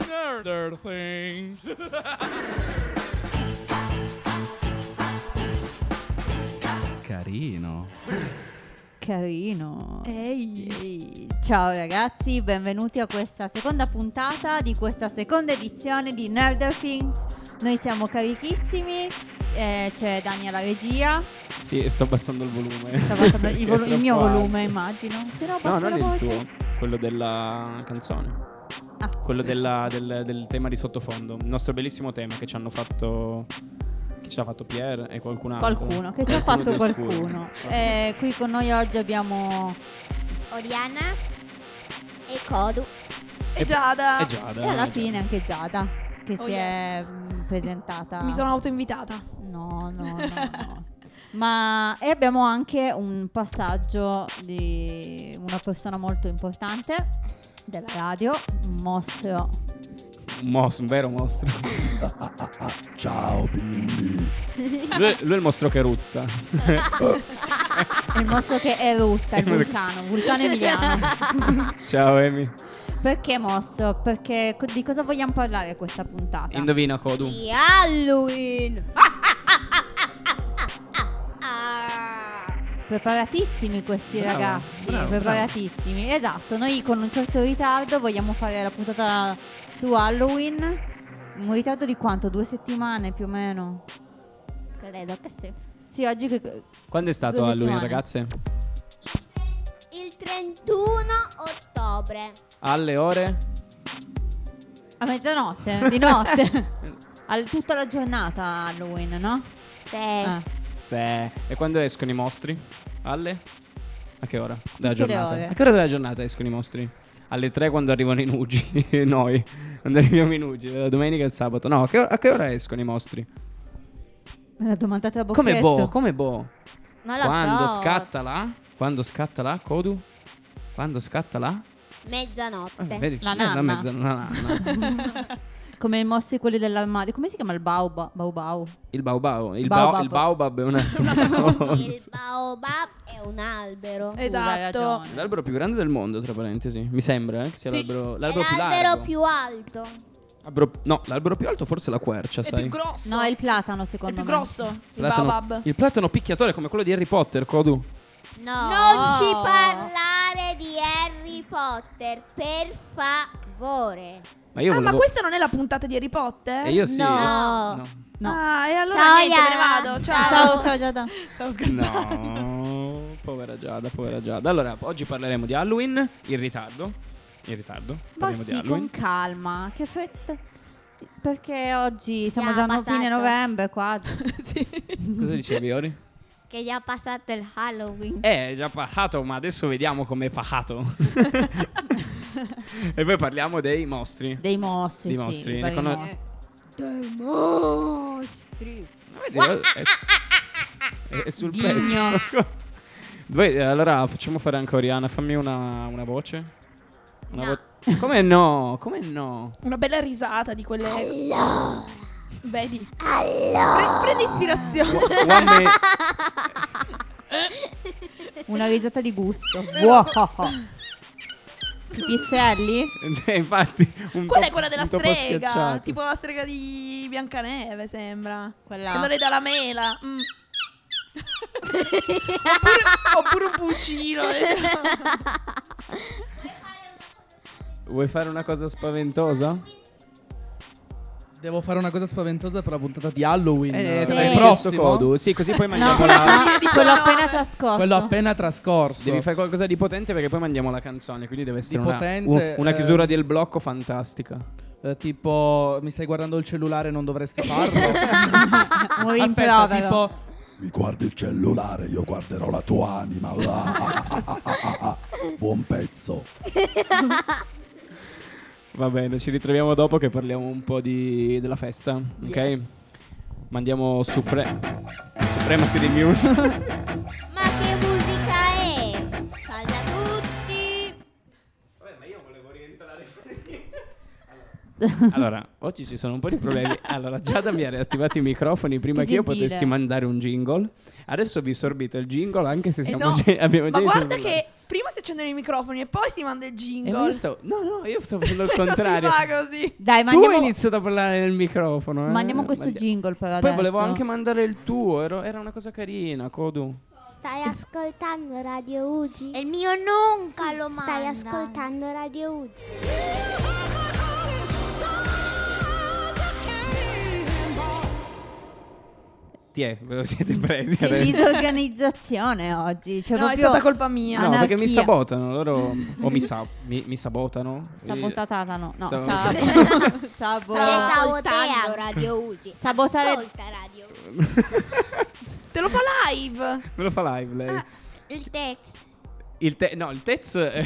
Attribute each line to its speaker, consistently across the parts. Speaker 1: Stranger Things.
Speaker 2: Carino.
Speaker 3: Carino.
Speaker 4: Ehi.
Speaker 3: Ehi. Ciao ragazzi, benvenuti a questa seconda puntata di questa seconda edizione di Nerder Things. Noi siamo carichissimi, eh, c'è Dani alla regia,
Speaker 5: Sì, sto abbassando il volume.
Speaker 3: sta passando il, volu-
Speaker 5: Perché è
Speaker 3: il mio
Speaker 5: troppo alto.
Speaker 3: volume immagino. Se no,
Speaker 5: No,
Speaker 3: basta
Speaker 5: non
Speaker 3: la
Speaker 5: il
Speaker 3: voce.
Speaker 5: tuo, quello della canzone.
Speaker 3: Ah.
Speaker 5: Quello della- del, del tema di sottofondo. Il nostro bellissimo tema che ci hanno fatto. Che ce l'ha fatto Pierre e qualcun altro.
Speaker 3: Qualcuno, che ci ha fatto
Speaker 5: di oscuro.
Speaker 3: qualcuno. Eh, qui con noi oggi abbiamo
Speaker 6: Oriana e Kodu.
Speaker 4: E Giada.
Speaker 5: E Giada.
Speaker 3: E alla
Speaker 5: eh,
Speaker 3: fine
Speaker 5: Giada.
Speaker 3: anche Giada che
Speaker 4: Oh,
Speaker 3: si
Speaker 4: yes.
Speaker 3: è mm, presentata.
Speaker 4: Mi sono autoinvitata.
Speaker 3: No, no, no. no. Ma e abbiamo anche un passaggio di una persona molto importante della radio, un mostro.
Speaker 5: Un mostro, un vero mostro.
Speaker 7: Ciao bimbi.
Speaker 5: lui, lui è il mostro che rutta.
Speaker 3: È il mostro che erutta, il vulcano, vulcano emiliano.
Speaker 5: Ciao, Emi.
Speaker 3: Perché mostro? Perché co- di cosa vogliamo parlare questa puntata?
Speaker 5: Indovina, Kodu.
Speaker 6: Di Halloween.
Speaker 3: Preparatissimi questi
Speaker 5: Brava,
Speaker 3: ragazzi,
Speaker 5: brava,
Speaker 3: preparatissimi. Esatto, noi con un certo ritardo vogliamo fare la puntata su Halloween. Un ritardo di quanto? Due settimane più o meno?
Speaker 6: Credo che sì.
Speaker 3: Sì, oggi che...
Speaker 5: Quando è stato
Speaker 3: Due
Speaker 5: Halloween,
Speaker 3: settimane.
Speaker 5: ragazze?
Speaker 6: Il 31 ottobre.
Speaker 5: Alle ore?
Speaker 3: A mezzanotte, di notte. Al- tutta la giornata Halloween, no?
Speaker 6: Sì.
Speaker 3: Ah,
Speaker 5: Se. E quando escono i mostri? Alle? A che ora? Della
Speaker 3: Tutte le
Speaker 5: giornata.
Speaker 3: ore.
Speaker 5: A che ora della giornata escono i mostri? Alle 3 quando arrivano i nugi. Noi. Quando arriviamo i nugi. La domenica e il sabato. No, a che, a che ora escono i mostri?
Speaker 3: la domanda tra bocchetto.
Speaker 5: Come boh? Come boh?
Speaker 6: Non lo
Speaker 5: Quando
Speaker 6: so.
Speaker 5: scatta la? Quando scatta la? Kodu? Quando scatta la?
Speaker 6: Mezzanotte.
Speaker 5: Eh, vedi,
Speaker 3: La
Speaker 5: eh,
Speaker 3: nanna.
Speaker 5: mezza- la nanna.
Speaker 3: Come i mostri quelli dell'armadio. Come si chiama il baobab? Baobao.
Speaker 5: Il baobao. Il,
Speaker 3: Baobab.
Speaker 5: bao- il baobab è un altro.
Speaker 6: Il baobab è un albero.
Speaker 4: Eh, Esatto.
Speaker 3: hai ragione.
Speaker 5: L'albero più grande del mondo, tra parentesi. Mi sembra eh, che sia
Speaker 4: Sì.
Speaker 5: l'albero,
Speaker 6: È
Speaker 5: l'albero più
Speaker 6: l'albero
Speaker 5: largo.
Speaker 6: più alto.
Speaker 5: Albero- no, l'albero più alto forse è la quercia,
Speaker 4: È
Speaker 5: sai.
Speaker 4: più grosso.
Speaker 3: No, è il platano
Speaker 4: È il
Speaker 3: secondo
Speaker 4: più
Speaker 3: me.
Speaker 4: grosso. Il
Speaker 5: platano,
Speaker 4: babab.
Speaker 5: il platano picchiatore come quello di Harry Potter, Kodu.
Speaker 6: Non
Speaker 3: No.
Speaker 6: ci parlare di Harry Potter, per favore.
Speaker 5: Ma io
Speaker 4: Ah, ma
Speaker 5: volevo-
Speaker 4: questa non è la puntata di Harry Potter?
Speaker 5: E io Eh, sì.
Speaker 6: No.
Speaker 5: No.
Speaker 3: No.
Speaker 4: Ah, e allora
Speaker 6: Ciao,
Speaker 4: niente, me ne
Speaker 6: Iana.
Speaker 4: vado. Ciao.
Speaker 3: Ciao, ciao Giada.
Speaker 4: Stavo scherzando.
Speaker 5: No, Povera Giada, povera Giada. Allora, oggi parleremo di Halloween in ritardo. In ritardo.
Speaker 3: Ma
Speaker 5: Parliamo di
Speaker 3: sì,
Speaker 5: Halloween.
Speaker 3: con calma. Che fretta. Perché oggi siamo
Speaker 6: Già
Speaker 3: già a
Speaker 6: passato.
Speaker 3: fine novembre quasi.
Speaker 4: sì.
Speaker 5: Cosa dicevi, Ori?
Speaker 6: Che è già passato il Halloween.
Speaker 5: Eh, è già pahato, ma adesso vediamo com'è pahato. e poi parliamo dei mostri.
Speaker 3: Dei mostri, sì,
Speaker 5: Dei mostri, ne
Speaker 3: vari
Speaker 5: conos-
Speaker 3: mostri.
Speaker 5: Vedi, È, è- è sul
Speaker 3: Ghigno.
Speaker 5: pezzo. Voi, eh, allora facciamo fare anche Oriana, fammi una, una voce. Una
Speaker 6: No.
Speaker 5: vo- Come no? Come no?
Speaker 4: Una bella risata di quelle. Vedi. Allora. prendi ispirazione.
Speaker 5: One man-
Speaker 3: Una risata di gusto. Wow. I piselli?
Speaker 5: Eh, Infatti, un topo-
Speaker 4: Quella è quella della
Speaker 5: un topo
Speaker 4: strega.
Speaker 5: schiacciato.
Speaker 4: Tipo la strega di Biancaneve, sembra.
Speaker 3: Quella-
Speaker 4: Quando le dà la mela. mm. oppure, oppure un pulcino. eh.
Speaker 5: Vuoi fare una cosa spaventosa?
Speaker 1: Devo fare una cosa spaventosa per la puntata di Halloween.
Speaker 5: Eh,
Speaker 1: Eh,
Speaker 5: tra
Speaker 3: Sì.
Speaker 5: il prossimo codo. Sì, così poi
Speaker 3: No,
Speaker 5: mandiamo la.
Speaker 3: quello appena trascorso.
Speaker 1: quello appena trascorso.
Speaker 5: Devi fare qualcosa di potente perché poi mandiamo la canzone. Quindi deve essere
Speaker 1: Di
Speaker 5: una,
Speaker 1: potente,
Speaker 5: un- una
Speaker 1: eh.
Speaker 5: chiusura del blocco fantastica.
Speaker 1: Eh, tipo, mi stai guardando il cellulare, non dovresti farlo.
Speaker 3: Un
Speaker 1: Aspetta,
Speaker 3: rimprovero.
Speaker 1: tipo,
Speaker 7: Mi guardi il cellulare, io guarderò la tua anima. Ah, ah, ah, ah, ah, ah. Buon pezzo.
Speaker 5: Va bene, ci ritroviamo dopo che parliamo un po' di, della festa, ok? Mandiamo Supre- Supremacy di Muse.
Speaker 6: Ma che musica è? Salve a tutti!
Speaker 5: allora, oggi ci sono un po' di problemi. Allora, Giada mi ha riattivato i microfoni prima che,
Speaker 3: Che
Speaker 5: io
Speaker 3: gentile.
Speaker 5: potessi mandare un jingle. Adesso vi sorbito il jingle anche se
Speaker 4: Eh
Speaker 5: siamo
Speaker 4: no,
Speaker 5: già- abbiamo già
Speaker 4: Ma
Speaker 5: i
Speaker 4: guarda
Speaker 5: cellulari.
Speaker 4: che prima si accendono i microfoni e poi si manda il
Speaker 5: Eh, ma
Speaker 4: jingle.
Speaker 5: io stavo- no, no, io stavo facendo il
Speaker 4: Non
Speaker 5: contrario.
Speaker 4: si fa così.
Speaker 3: Dai,
Speaker 5: tu
Speaker 3: mandiamo,
Speaker 5: hai iniziato a parlare nel microfono. eh.
Speaker 3: mandiamo questo
Speaker 5: Mandi-
Speaker 3: jingle però
Speaker 5: Poi
Speaker 3: adesso.
Speaker 5: volevo anche mandare il tuo, ero- era una cosa carina, Kodu.
Speaker 2: Stai ascoltando Radio Ugi?
Speaker 6: E il mio nunca lo manda.
Speaker 2: Stai ascoltando Radio Ugi?
Speaker 5: Ti è, ve lo siete presi
Speaker 3: Che
Speaker 5: adesso.
Speaker 3: disorganizzazione oggi. Cioè,
Speaker 4: no,
Speaker 3: proprio
Speaker 4: è stata colpa mia.
Speaker 5: No, perché mi
Speaker 3: Anarchia.
Speaker 5: sabotano loro. o mi, sa- mi, mi sabotano.
Speaker 3: Sabotata no, no,
Speaker 5: Sab-
Speaker 3: sab- sabo-
Speaker 6: Stai saboteando
Speaker 2: Stai ascoltando
Speaker 6: Radio Ugi.
Speaker 3: Sabotare-
Speaker 6: Ascolta Radio Ugi.
Speaker 4: Te lo fa live.
Speaker 5: Me lo fa live lei.
Speaker 3: Ah.
Speaker 6: Il text.
Speaker 5: Il te- no, il Tez eh,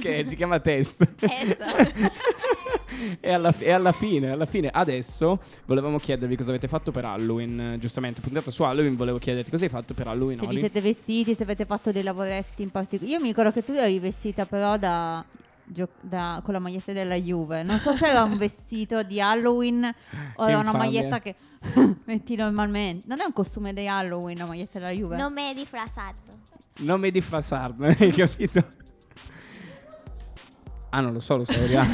Speaker 5: che si chiama Test. E alla, e alla fine, alla fine, adesso volevamo chiedervi cosa avete fatto per Halloween. eh, Giustamente, puntata su Halloween, volevo chiederti cosa hai fatto per Halloween.
Speaker 3: se vi
Speaker 5: Oli?
Speaker 3: siete vestiti, se avete fatto dei lavoretti in particolare. Io mi ricordo che tu eri vestita però da, gio- da- con la maglietta della Juve. Non so se era un vestito di Halloween o
Speaker 5: Che
Speaker 3: era una
Speaker 5: infamia.
Speaker 3: maglietta che metti normalmente. Non è un costume di Halloween la maglietta della Juve.
Speaker 6: Non mi è rifrassato.
Speaker 5: Non mi diffrasarne, hai capito? Ah, non lo so, lo sappiamo.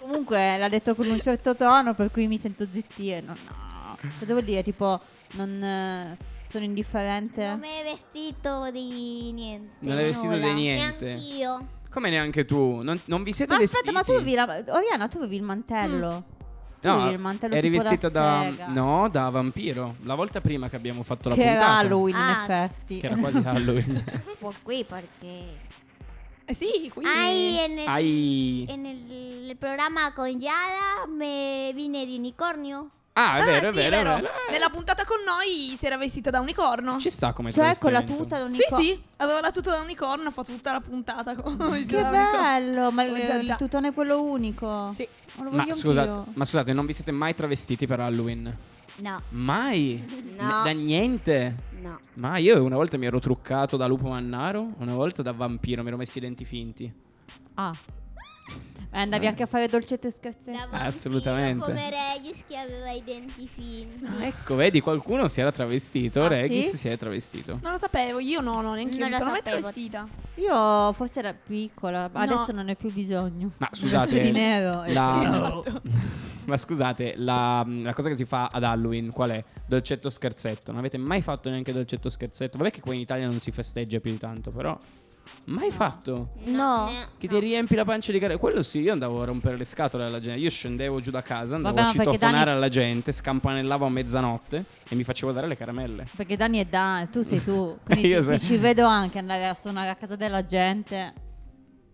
Speaker 3: Comunque l'ha detto con un certo tono per cui mi sento zittire. No, no. Cosa vuol dire? Tipo, non eh, sono indifferente?
Speaker 6: Non mi è vestito di niente.
Speaker 5: non hai vestito
Speaker 6: nulla.
Speaker 5: di niente.
Speaker 6: Neanch'io.
Speaker 5: Come neanche tu? Non, non vi siete
Speaker 3: Ma
Speaker 5: vestiti?
Speaker 3: aspetta, ma tu avevi la... Oriana, tu avevi il mantello.
Speaker 4: Mm.
Speaker 3: Tu avevi il mantello
Speaker 5: eri
Speaker 3: tipo
Speaker 5: vestita
Speaker 3: da,
Speaker 5: da,
Speaker 3: sega.
Speaker 5: No, da vampiro. La volta prima che abbiamo fatto la
Speaker 3: Che era
Speaker 5: puntata.
Speaker 3: Halloween in
Speaker 6: Ah.
Speaker 3: effetti.
Speaker 5: Che era quasi Halloween.
Speaker 6: Un po' qui perché...
Speaker 4: Eh sì, qui.
Speaker 6: Ai, e nel,
Speaker 5: Ai...
Speaker 6: e nel, programma con Yara me vine di unicornio.
Speaker 5: Ah, è
Speaker 4: Ah,
Speaker 5: vero, è
Speaker 4: sì,
Speaker 5: vero, è vero.
Speaker 4: Nella puntata con noi si era vestita da unicorno.
Speaker 5: Ci sta come
Speaker 3: Cioè con la
Speaker 5: travestimento.
Speaker 3: tuta da
Speaker 4: Sì,
Speaker 3: unico-
Speaker 4: sì, aveva la tuta da unicorno, ha fatto tutta la puntata con il
Speaker 3: Che
Speaker 4: da unicorno.
Speaker 3: bello, ma
Speaker 4: Già,
Speaker 3: il,
Speaker 4: già.
Speaker 3: il tutone è quello unico.
Speaker 4: Sì.
Speaker 3: Ma lo
Speaker 5: Ma
Speaker 3: voglio
Speaker 5: scusate,
Speaker 3: anch'io.
Speaker 5: ma scusate, non vi siete mai travestiti per Halloween?
Speaker 6: No,
Speaker 5: Mai?
Speaker 6: No.
Speaker 5: Da niente?
Speaker 6: no.
Speaker 5: Ma io una volta mi ero truccato da lupo mannaro, una volta da vampiro, mi ero messo i denti finti.
Speaker 3: Ah. Eh, andavi anche a fare dolcetto e scherzetto.
Speaker 6: Da
Speaker 5: Assolutamente.
Speaker 6: vampiro Come Regis che aveva i denti finti.
Speaker 5: Ecco, vedi, qualcuno si era travestito,
Speaker 3: Ah,
Speaker 5: Regis
Speaker 3: sì?
Speaker 5: si è travestito.
Speaker 4: Non lo sapevo, io no, no, neanche io
Speaker 6: Non
Speaker 4: mi
Speaker 6: lo
Speaker 4: sono mai
Speaker 6: sapevo.
Speaker 4: travestita.
Speaker 3: Io forse era piccola,
Speaker 4: No.
Speaker 3: adesso non ne ho più bisogno.
Speaker 5: Ma
Speaker 3: Vestito di
Speaker 5: scusate,
Speaker 3: nero. eh,
Speaker 5: la-
Speaker 3: sì.
Speaker 4: esatto.
Speaker 5: ma scusate, la, la cosa che si fa ad Halloween qual è? Dolcetto scherzetto. Non avete mai fatto neanche dolcetto scherzetto? Vabbè che qua in Italia non si festeggia più di tanto, però... Mai fatto?
Speaker 6: No.
Speaker 5: Che ti riempi la pancia di carne. Quello sì, io andavo a rompere le scatole alla gente. Io scendevo giù da casa, andavo
Speaker 3: Vabbè,
Speaker 5: a
Speaker 3: ma perché
Speaker 5: citofonare
Speaker 3: Dani-
Speaker 5: alla gente, scampanellavo a mezzanotte e mi facevo dare le caramelle.
Speaker 3: Perché Dani è Dani, tu sei tu. Quindi
Speaker 5: Io
Speaker 3: ti-
Speaker 5: sei-
Speaker 3: ti ci vedo anche andare a suonare a casa della gente.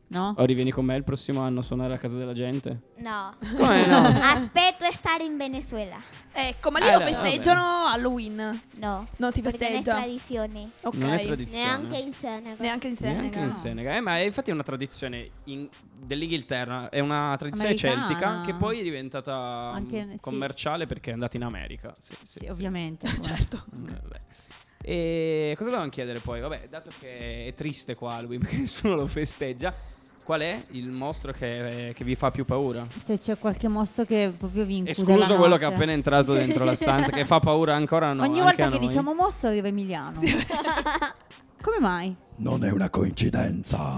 Speaker 3: No?
Speaker 5: Ori, vieni con me il prossimo anno a suonare a casa della gente?
Speaker 6: No.
Speaker 5: Come no?
Speaker 6: Aspetto a stare in Venezuela.
Speaker 4: Ecco, ma lì
Speaker 5: Eh,
Speaker 4: lo
Speaker 5: beh,
Speaker 4: festeggiano Halloween.
Speaker 6: No.
Speaker 4: Non si
Speaker 6: Perché non è
Speaker 4: festeggia.
Speaker 6: tradizione.
Speaker 4: Ok.
Speaker 5: Non è tradizione.
Speaker 6: Neanche in Senegal.
Speaker 4: Neanche in Senegal.
Speaker 5: Neanche in Senegal. Eh, ma è- infatti è una tradizione in- dell'Inghilterra, è una tradizione
Speaker 3: Americana.
Speaker 5: celtica che poi è diventata mm,
Speaker 3: Anche- sì.
Speaker 5: commerciale perché è andata in America. Sì, sì,
Speaker 3: Sì,
Speaker 5: sì.
Speaker 3: ovviamente. come-
Speaker 4: Certo.
Speaker 5: Mm, vabbè. E cosa volevamo chiedere poi? Vabbè, dato che è triste qua Halloween perché nessuno lo festeggia, qual è il mostro che, che vi fa più paura?
Speaker 3: Se c'è qualche mostro che proprio vi incude la
Speaker 5: Escluso quello che è
Speaker 3: notte.
Speaker 5: appena entrato dentro la stanza, che fa paura ancora no,
Speaker 3: Ogni
Speaker 5: anche
Speaker 3: volta
Speaker 5: a
Speaker 3: che
Speaker 5: noi.
Speaker 3: diciamo mostro arriva Emiliano. Come mai?
Speaker 7: Non è una coincidenza.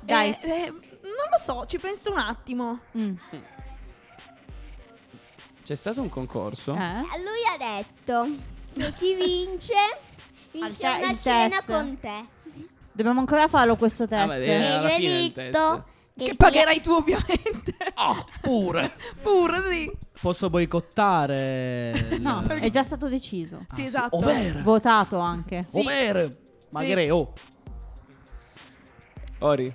Speaker 3: Dai.
Speaker 4: Eh, eh, non lo so, ci penso un attimo.
Speaker 3: Mm.
Speaker 5: C'è stato un concorso?
Speaker 3: Eh?
Speaker 6: Lui ha detto che chi vince vince
Speaker 3: Al te-
Speaker 6: una
Speaker 3: il
Speaker 6: cena
Speaker 3: test.
Speaker 6: con te.
Speaker 3: Dobbiamo ancora farlo questo
Speaker 5: Ah,
Speaker 3: test.
Speaker 5: ma
Speaker 6: E
Speaker 5: eh, alla
Speaker 6: io
Speaker 5: fine
Speaker 6: ho
Speaker 5: il
Speaker 6: detto
Speaker 4: Che
Speaker 6: ti-
Speaker 4: pagherai tu, ovviamente.
Speaker 1: Ah, pure.
Speaker 4: Pure, sì.
Speaker 1: Posso boicottare. il- Ah,
Speaker 3: No, eh, è già stato deciso.
Speaker 4: Sì, esatto.
Speaker 1: Over.
Speaker 3: Votato anche.
Speaker 4: Sì.
Speaker 1: Over. Magari oh.
Speaker 5: Ori.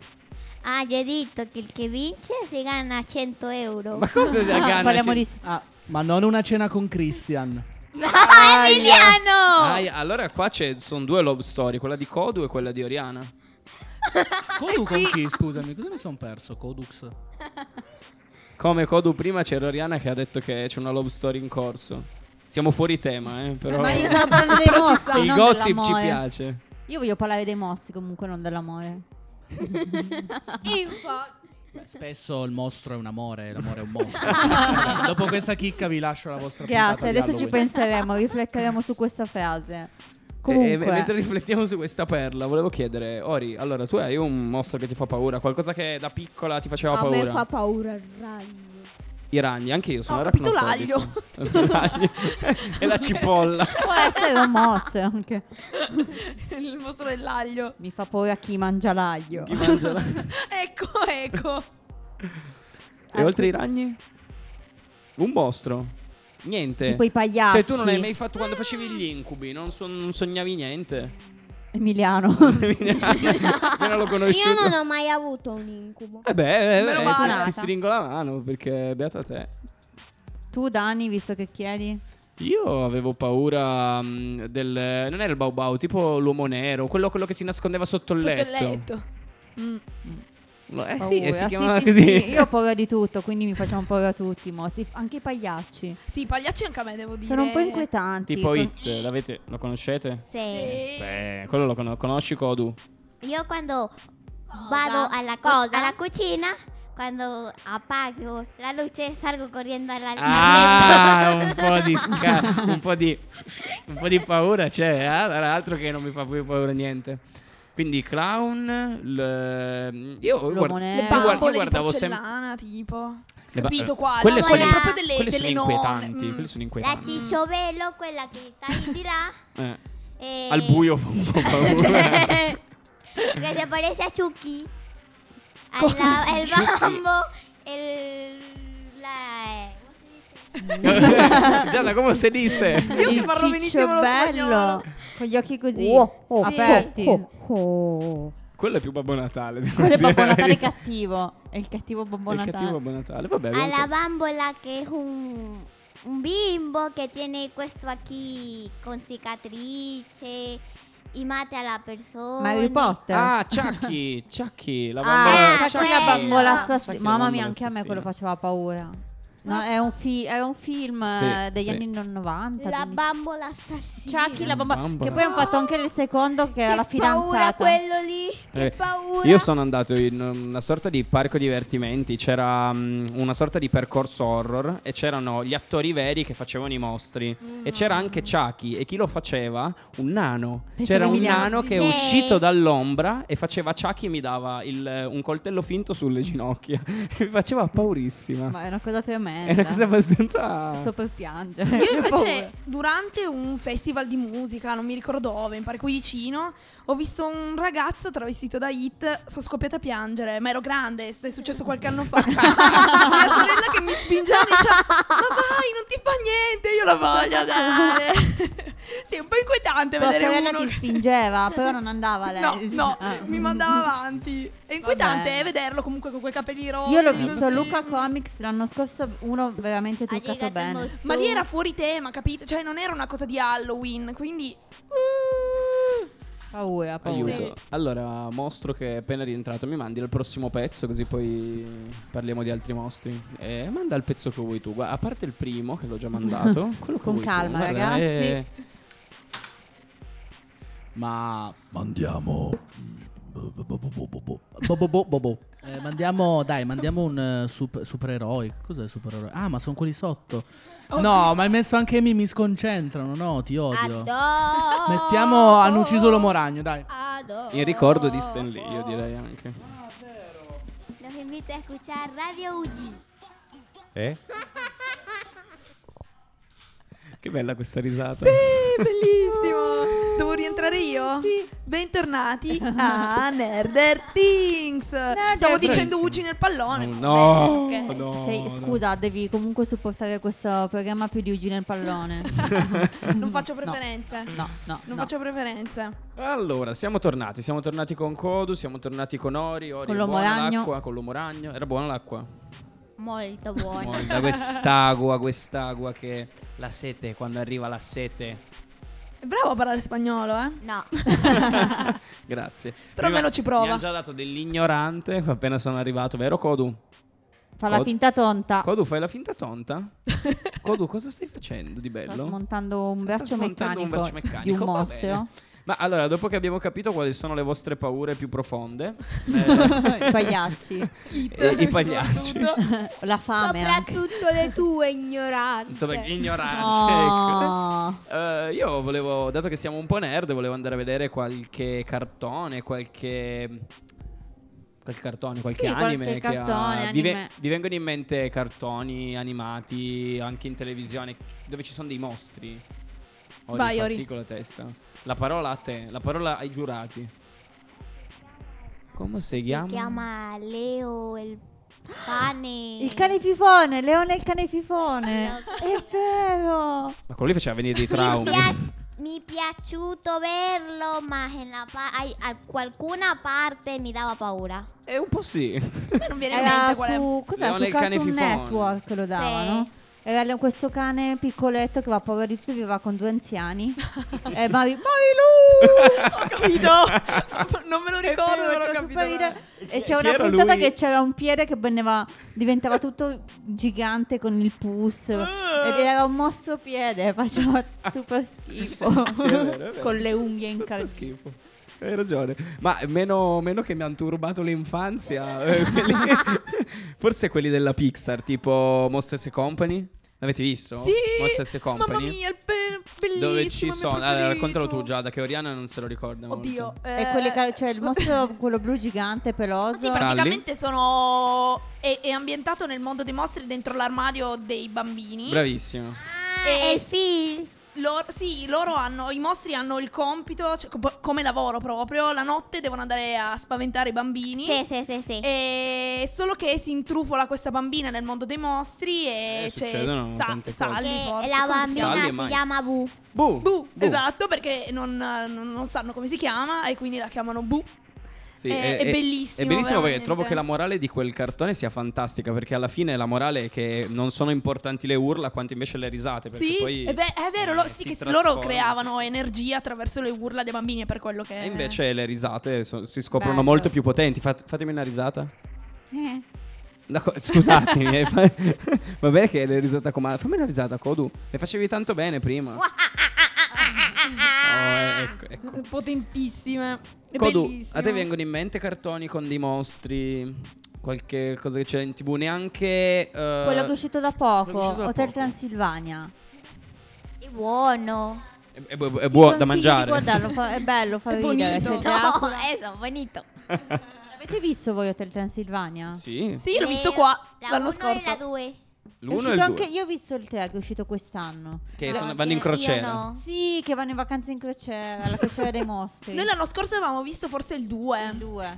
Speaker 6: Ah, gli ho detto che il che vince si gana 100 euro.
Speaker 5: Ma cosa
Speaker 3: Ah,
Speaker 5: gana?
Speaker 3: parliamo
Speaker 5: Cioè-
Speaker 3: di...
Speaker 1: Ah, ma non una cena con Christian.
Speaker 6: Ah, Emiliano!
Speaker 5: Aia, allora qua sono due love story, quella di Kodu e quella di Oriana.
Speaker 3: Ah, eh
Speaker 1: Kodu con chi? Scusami, cosa mi sono perso? Kodux.
Speaker 5: Come Kodu prima c'era Oriana che ha detto che c'è una love story in corso. Siamo fuori tema, eh, però
Speaker 3: Ma io stavo parlando dei mostri,
Speaker 5: il
Speaker 3: non
Speaker 5: gossip ci
Speaker 3: dell'amore.
Speaker 5: piace.
Speaker 3: Io voglio parlare dei mostri comunque, non dell'amore.
Speaker 1: Beh, spesso il mostro è un amore, l'amore è un mostro. Dopo questa chicca vi lascio la vostra puntata
Speaker 3: Grazie,
Speaker 1: di
Speaker 3: adesso ci
Speaker 1: Halloween.
Speaker 3: penseremo, rifletteremo su questa frase.
Speaker 5: E- e
Speaker 3: Comunque,
Speaker 5: Eh, mentre riflettiamo su questa perla, volevo chiedere, Ori, allora tu hai un mostro che ti fa paura, qualcosa che da piccola ti faceva
Speaker 6: A
Speaker 5: paura?
Speaker 6: me fa paura il ragno.
Speaker 5: I ragni, anche io sono
Speaker 4: Ho capito
Speaker 5: arachnofobico. l'aglio. e la cipolla.
Speaker 3: può essere un mostro anche.
Speaker 4: Il mostro dell'aglio.
Speaker 3: Mi fa paura chi mangia l'aglio.
Speaker 5: Chi mangia la-
Speaker 4: Ecco, ecco.
Speaker 5: E oltre ai ragni? Un mostro. Niente.
Speaker 3: Tipo i pagliacci.
Speaker 5: Cioè, tu non hai mai fatto quando facevi gli incubi, non, so- non sognavi niente.
Speaker 3: Emiliano.
Speaker 5: Io non l'ho conosciuto.
Speaker 6: Io non ho mai avuto un incubo.
Speaker 5: Eh beh, eh,
Speaker 4: Meno
Speaker 5: beh,
Speaker 4: male.
Speaker 5: ti, ti stringo la mano perché beata te.
Speaker 3: tu, Dani, visto che chiedi.
Speaker 5: Io avevo paura mh, del... Non era il Bau Bau, tipo l'uomo nero, quello, quello che si nascondeva sotto il
Speaker 4: Tutto
Speaker 5: letto.
Speaker 4: il letto.
Speaker 3: Mm,
Speaker 5: No, Eh sì,
Speaker 3: paura.
Speaker 5: eh, si chiamava
Speaker 3: sì,
Speaker 5: così.
Speaker 3: sì. Io ho paura di tutto, quindi mi facciamo paura a tutti i mozzi. Anche i pagliacci.
Speaker 4: Sì, i pagliacci anche a me devo dire.
Speaker 3: Sono un po' inquietanti.
Speaker 5: Tipo
Speaker 3: Con-
Speaker 5: It, l'avete, lo conoscete?
Speaker 6: Sì.
Speaker 4: Sì.
Speaker 5: Eh, quello lo cono- conosci Kodu?
Speaker 6: Io quando vado alla, cu-
Speaker 2: Cosa?
Speaker 6: alla cucina, quando apago la luce salgo corriendo alla
Speaker 5: Ah, un po' di sca- un po' di un po' di paura c'è, eh? Allora, altro che non mi fa più paura niente. Quindi clown, l- io guard-
Speaker 3: nero. Eh,
Speaker 5: io guard-
Speaker 4: Le
Speaker 5: io
Speaker 4: bambole di
Speaker 5: guardavo sempre-
Speaker 4: porcellana, tipo.
Speaker 5: Le ba-
Speaker 4: Capito
Speaker 5: eh,
Speaker 4: quale?
Speaker 5: Quelle
Speaker 6: sono-
Speaker 4: Quelle proprio delle,
Speaker 5: quelle sono
Speaker 4: delle nonne.
Speaker 5: inquietanti,
Speaker 4: Mm.
Speaker 5: quelle sono
Speaker 6: La
Speaker 5: inquietanti.
Speaker 6: cicciovelo, quella che stai di là.
Speaker 5: Eh,
Speaker 6: e-
Speaker 5: Al buio fa un po' paura.
Speaker 6: que se parece a Chucky. Al la- el bambo. El. La.
Speaker 5: Gianna, come si dice?
Speaker 4: Io che
Speaker 3: il
Speaker 4: parlo benissimo
Speaker 3: ciccio
Speaker 4: lo
Speaker 3: bello
Speaker 4: spagnolo.
Speaker 3: con gli occhi così
Speaker 8: Oh, oh,
Speaker 3: aperti.
Speaker 8: oh, oh.
Speaker 5: Quello è più Babbo Natale. devo
Speaker 3: Quello è
Speaker 5: dire
Speaker 3: Babbo
Speaker 5: la
Speaker 3: Natale
Speaker 5: verità.
Speaker 3: cattivo. È il cattivo Babbo
Speaker 5: È il
Speaker 3: Natale.
Speaker 5: cattivo Babbo Natale. Vabbè,
Speaker 6: A la
Speaker 5: comunque.
Speaker 6: bambola que es un. Un bimbo que tiene puesto aquí con cicatrice y mata a la persona.
Speaker 3: Mary Potter.
Speaker 5: Ah, Chucky, Chucky, la
Speaker 3: Ah,
Speaker 5: bambola.
Speaker 6: Chucky
Speaker 3: Chucky la
Speaker 6: la
Speaker 3: bambola
Speaker 6: bambola
Speaker 3: assassina. Mamma mia, anche a me quello faceva paura. No, è un fi- era un film
Speaker 5: Sì,
Speaker 3: eh, degli
Speaker 5: sì.
Speaker 3: anni 90.
Speaker 2: La
Speaker 3: quindi-
Speaker 2: bambola assassina.
Speaker 3: Chucky la bambola.
Speaker 5: Bambola.
Speaker 3: Che poi hanno fatto anche il secondo che era la fidanzata.
Speaker 2: Paura quello lì. Che
Speaker 5: Eh,
Speaker 2: paura.
Speaker 5: Io sono andato in una sorta di parco divertimenti, c'era mm, una sorta di percorso horror e c'erano gli attori veri che facevano i mostri
Speaker 3: Ah.
Speaker 5: e c'era anche Chucky e chi lo faceva? Un nano.
Speaker 3: Pensavo
Speaker 5: c'era un
Speaker 3: Emiliano.
Speaker 5: nano che è
Speaker 6: Sì.
Speaker 5: uscito dall'ombra e faceva Chucky e mi dava il- un coltello finto sulle ginocchia. mi faceva paurissima.
Speaker 3: Ma è una cosa tremenda.
Speaker 5: È una cosa abbastanza...
Speaker 3: Sto per piangere.
Speaker 4: Io
Speaker 3: Paura.
Speaker 4: invece durante un festival di musica, non mi ricordo dove, mi pare qui vicino, ho visto un ragazzo travestito da Hit, sono scoppiata a piangere, ma ero grande, è successo qualche anno fa. Mia sorella che mi spingeva mi diceva "Ma vai, non ti fa niente, io la voglio dare". sì, è un po' inquietante
Speaker 3: Tua
Speaker 4: vedere
Speaker 3: sorella
Speaker 4: uno
Speaker 3: ti
Speaker 4: che-
Speaker 3: spingeva, però non andava lei.
Speaker 4: No, no,
Speaker 3: Ah.
Speaker 4: mi mandava avanti. È inquietante
Speaker 3: Vabbè.
Speaker 4: eh, vederlo comunque con quei capelli rossi.
Speaker 3: Io l'ho
Speaker 4: così.
Speaker 3: visto a Luca Comics l'anno scorso, uno veramente
Speaker 6: Ha
Speaker 3: truccato
Speaker 6: llegato il
Speaker 3: bene.
Speaker 6: mostro.
Speaker 4: Ma lì era fuori tema, capito? Cioè, non era una cosa di Halloween, quindi.
Speaker 3: Paura, paura.
Speaker 5: Aiuto.
Speaker 4: Sì.
Speaker 5: Allora, mostro che è appena rientrato, mi mandi il prossimo pezzo così poi parliamo di altri mostri. Eh, manda il pezzo che vuoi tu. Guarda, a parte il primo che l'ho già mandato. quello che
Speaker 3: Con
Speaker 5: vuoi tu.
Speaker 3: calma,
Speaker 5: Guarda,
Speaker 3: ragazzi.
Speaker 5: eh,
Speaker 1: Ma
Speaker 7: Mandiamo. bo- bo- bo- bo- bo- bo-
Speaker 1: Bobo bobo bobo. Eh, mandiamo, dai, mandiamo un eh, sup- supereroe. Cos'è il supereroe? Ah, ma sono quelli sotto.
Speaker 3: Oh,
Speaker 1: No, ma hai messo anche mi, mi sconcentrano. No, ti odio.
Speaker 2: Adoro.
Speaker 1: Mettiamo hanno ucciso l'uomo ragno, dai.
Speaker 2: Adoro.
Speaker 5: in ricordo di Stan Lee, io direi anche.
Speaker 6: Los invito a escuchar Radio Uji.
Speaker 5: Eh? che bella questa risata.
Speaker 4: Sì, Eh, bellissimo! Devo rientrare io? Sì. Bentornati a Nerder Things. Stavo dicendo
Speaker 5: Bravissimo.
Speaker 4: Ugi nel pallone.
Speaker 5: No,
Speaker 4: Beh, ok.
Speaker 5: no,
Speaker 3: Sei-
Speaker 5: no.
Speaker 3: scusa, devi comunque supportare questo programma più di Ugi nel pallone.
Speaker 4: Non faccio preferenze.
Speaker 3: No, no,
Speaker 4: Non
Speaker 3: no.
Speaker 4: faccio preferenze.
Speaker 5: Allora, siamo tornati. Siamo tornati con Kodu, siamo tornati con Ori. Ori
Speaker 3: Con
Speaker 5: è
Speaker 3: l'uomo
Speaker 5: buona
Speaker 3: ragno.
Speaker 5: l'acqua, con l'uomo ragno. Era buona l'acqua?
Speaker 6: Molto buono.
Speaker 5: Mo- Da quest'acqua, quest'acqua che la sete, quando arriva la sete.
Speaker 4: È bravo a parlare spagnolo, eh?
Speaker 6: No.
Speaker 5: Grazie.
Speaker 4: Però
Speaker 5: Prima
Speaker 4: almeno ci prova.
Speaker 5: Mi hanno già dato dell'ignorante appena sono arrivato, vero Kodu?
Speaker 3: Fa la
Speaker 5: Cod-
Speaker 3: finta
Speaker 4: Ah.
Speaker 3: tonta.
Speaker 5: Kodu, fai la finta tonta? Kodu, cosa stai facendo di
Speaker 3: Sta
Speaker 5: bello?
Speaker 3: smontando un
Speaker 5: Sta
Speaker 3: braccio
Speaker 5: smontando
Speaker 3: meccanico,
Speaker 5: un braccio
Speaker 3: di un
Speaker 5: meccanico, va bene.
Speaker 3: mostro.
Speaker 5: Ma allora, dopo che abbiamo capito quali sono le vostre paure più profonde,
Speaker 3: I pagliacci,
Speaker 5: eh, i pagliacci,
Speaker 3: la fame Ah, anche.
Speaker 2: Soprattutto le tue ignoranze.
Speaker 5: insomma, ignoranti. ecco.
Speaker 3: Oh,
Speaker 5: Eh, io volevo, dato che siamo un po' nerd, volevo andare a vedere qualche cartone, qualche. Qualche cartone, qualche
Speaker 3: Sì, qualche
Speaker 5: anime. che ha-
Speaker 3: cartone,
Speaker 5: dive-
Speaker 3: anime.
Speaker 5: Ti vengono in mente cartoni animati anche in televisione dove ci sono dei mostri. Oh,
Speaker 4: Vai,
Speaker 5: gli fa
Speaker 4: Ori.
Speaker 5: sì con la testa. La parola a te, la parola ai giurati. Come si
Speaker 6: Si
Speaker 5: chiama?
Speaker 6: chiama Leo il pane.
Speaker 3: il cane fifone, Leone il cane fifone. È vero.
Speaker 5: Ma quello lì faceva venire dei
Speaker 6: mi,
Speaker 5: traumi.
Speaker 6: piac- mi piaciuto verlo, ma nella pa- ai- a qualcuna parte mi dava paura.
Speaker 5: È Eh, un po' sì.
Speaker 4: non viene in
Speaker 3: Era
Speaker 4: mente qual è.
Speaker 3: su, cos'era,
Speaker 5: Leone
Speaker 3: su
Speaker 5: il cane
Speaker 3: Cartoon
Speaker 5: fifone.
Speaker 3: Network lo davano.
Speaker 6: Sì.
Speaker 3: Era le- questo cane piccoletto che va povero di tutti, viveva con due anziani. e Mavi, Marilu!
Speaker 4: Ho capito. non me lo ricordo.
Speaker 3: Era
Speaker 4: perché ho capito
Speaker 3: super
Speaker 4: male.
Speaker 3: ridere. E c'è
Speaker 5: chi
Speaker 3: una
Speaker 5: era
Speaker 3: puntata
Speaker 5: lui?
Speaker 3: che c'era un piede che veneva- diventava tutto gigante con il pus.
Speaker 5: Ah.
Speaker 3: ed era un mostro piede, faceva super schifo.
Speaker 5: Sì, è vero, è vero.
Speaker 3: con le unghie
Speaker 5: Fa
Speaker 3: incalzate.
Speaker 5: schifo. Hai ragione. Ma meno, meno che mi hanno turbato l'infanzia. eh, quelli- forse quelli della Pixar, tipo Monsters e Company. L'avete visto?
Speaker 4: Sì.
Speaker 5: Monsters e Company.
Speaker 4: Mamma mia, è be- bellissimo.
Speaker 5: Dove ci
Speaker 4: il mio
Speaker 5: sono. Allora,
Speaker 4: preferito.
Speaker 5: raccontalo tu, Giada, che Oriana non se lo ricorda. molto.
Speaker 4: Oddio.
Speaker 3: E
Speaker 4: eh,
Speaker 3: quelle ca- cioè il mostro, quello blu gigante peloso.
Speaker 4: Sì,
Speaker 5: Salvi.
Speaker 4: praticamente sono. È, è ambientato nel mondo dei mostri dentro l'armadio dei bambini.
Speaker 5: Bravissimo.
Speaker 6: Ah,
Speaker 4: E-
Speaker 6: e il film.
Speaker 4: Loro, sì, loro hanno. I mostri hanno il compito, cioè, co- come lavoro proprio. La notte devono andare a spaventare i bambini.
Speaker 6: Sì, sì, sì, sì.
Speaker 4: E solo che si intrufola questa bambina nel mondo dei mostri e
Speaker 5: Eh,
Speaker 4: c'è
Speaker 5: succedono
Speaker 4: Sa-
Speaker 5: tante cose.
Speaker 4: Salvi
Speaker 6: Che
Speaker 4: forse,
Speaker 6: la
Speaker 4: come si chiama?
Speaker 6: bambina
Speaker 5: Salvi e
Speaker 6: si
Speaker 5: Mike.
Speaker 6: chiama Bu.
Speaker 5: Bu.
Speaker 4: Bu,
Speaker 5: Bu.
Speaker 4: esatto, perché non, non- non sanno come si chiama e quindi la chiamano Bu.
Speaker 5: Sì,
Speaker 4: È- è bellissimo,
Speaker 5: È bellissimo perché
Speaker 4: veramente.
Speaker 5: trovo che la morale di quel cartone sia fantastica. Perché alla fine la morale è che non sono importanti le urla, quanto invece le risate. Perché
Speaker 4: Sì,
Speaker 5: poi,
Speaker 4: e beh, è vero, lo-
Speaker 5: eh,
Speaker 4: sì,
Speaker 5: si
Speaker 4: che s- loro
Speaker 5: trasforma.
Speaker 4: creavano energia attraverso le urla dei bambini, è per quello che...
Speaker 5: E invece eh, le risate so- si scoprono
Speaker 3: Bello.
Speaker 5: molto più potenti. Fat- fatemi una risata.
Speaker 3: Eh.
Speaker 5: D'acco- scusatemi, eh, fa- va bene che le risate comando. Fammi una risata, Kodu. Le facevi tanto bene prima. Oh, eh, ecco, ecco.
Speaker 4: Ah, Potentissime. È
Speaker 5: Kodu,
Speaker 4: bellissimo.
Speaker 5: a te vengono in mente cartoni con dei mostri? Qualche cosa che c'era in tv? Neanche. eh,
Speaker 3: Quello che è uscito da
Speaker 5: quello
Speaker 3: poco,
Speaker 5: che è uscito da
Speaker 3: Hotel
Speaker 5: poco.
Speaker 3: Transilvania.
Speaker 6: È buono.
Speaker 5: È, è bu- è buono da
Speaker 3: Ti consiglio
Speaker 5: mangiare.
Speaker 3: Di guardarlo, fa- è bello, fa
Speaker 4: È
Speaker 3: ridere.
Speaker 4: bonito.
Speaker 3: c'è
Speaker 4: No.
Speaker 3: Dracula.
Speaker 6: Oh, eso, bonito.
Speaker 3: Avete visto voi Hotel Transilvania?
Speaker 5: Sì,
Speaker 4: Sì, l'ho
Speaker 6: Eh,
Speaker 4: visto qua
Speaker 6: la
Speaker 4: l'anno
Speaker 6: uno
Speaker 4: scorso.
Speaker 6: E la due.
Speaker 3: È
Speaker 5: l'uno e
Speaker 3: uscito
Speaker 5: il
Speaker 3: anche,
Speaker 5: due.
Speaker 3: io ho visto il 3 che è uscito quest'anno.
Speaker 5: Che
Speaker 6: No,
Speaker 5: sono- vanno in
Speaker 6: io
Speaker 5: crociera.
Speaker 3: Ah.
Speaker 6: no.
Speaker 3: Sì, che vanno in vacanza in crociera, alla crociera dei mostri.
Speaker 4: Noi l'anno scorso avevamo visto forse il Mm, 2.
Speaker 3: Il due.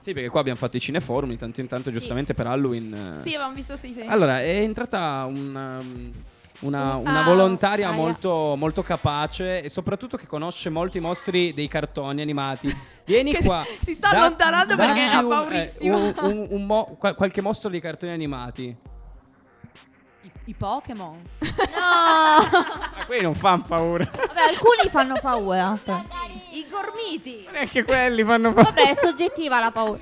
Speaker 5: Sì, perché qua abbiamo fatto i cineforum di tanto in tanto, giustamente per Halloween. eh.
Speaker 4: Sì, avevamo visto sì, sì.
Speaker 5: Allora, è entrata una, una- una
Speaker 4: Ah,
Speaker 5: volontaria
Speaker 3: Aia.
Speaker 5: molto, molto capace e soprattutto che conosce molto i mostri dei cartoni animati. Vieni
Speaker 4: Che si-
Speaker 5: qua.
Speaker 4: si sta allontanando
Speaker 3: perché
Speaker 5: dacci
Speaker 3: ha
Speaker 5: un-
Speaker 4: paurissimo.
Speaker 5: eh, un- un- un mo- qua- qualche mostro dei cartoni animati.
Speaker 3: I, i Pokémon. No!
Speaker 5: Ma quelli non fanno paura.
Speaker 3: Vabbè, alcuni fanno paura.
Speaker 6: Magari-
Speaker 3: I gormiti.
Speaker 5: Neanche quelli fanno paura.
Speaker 3: Vabbè, è soggettiva la paura.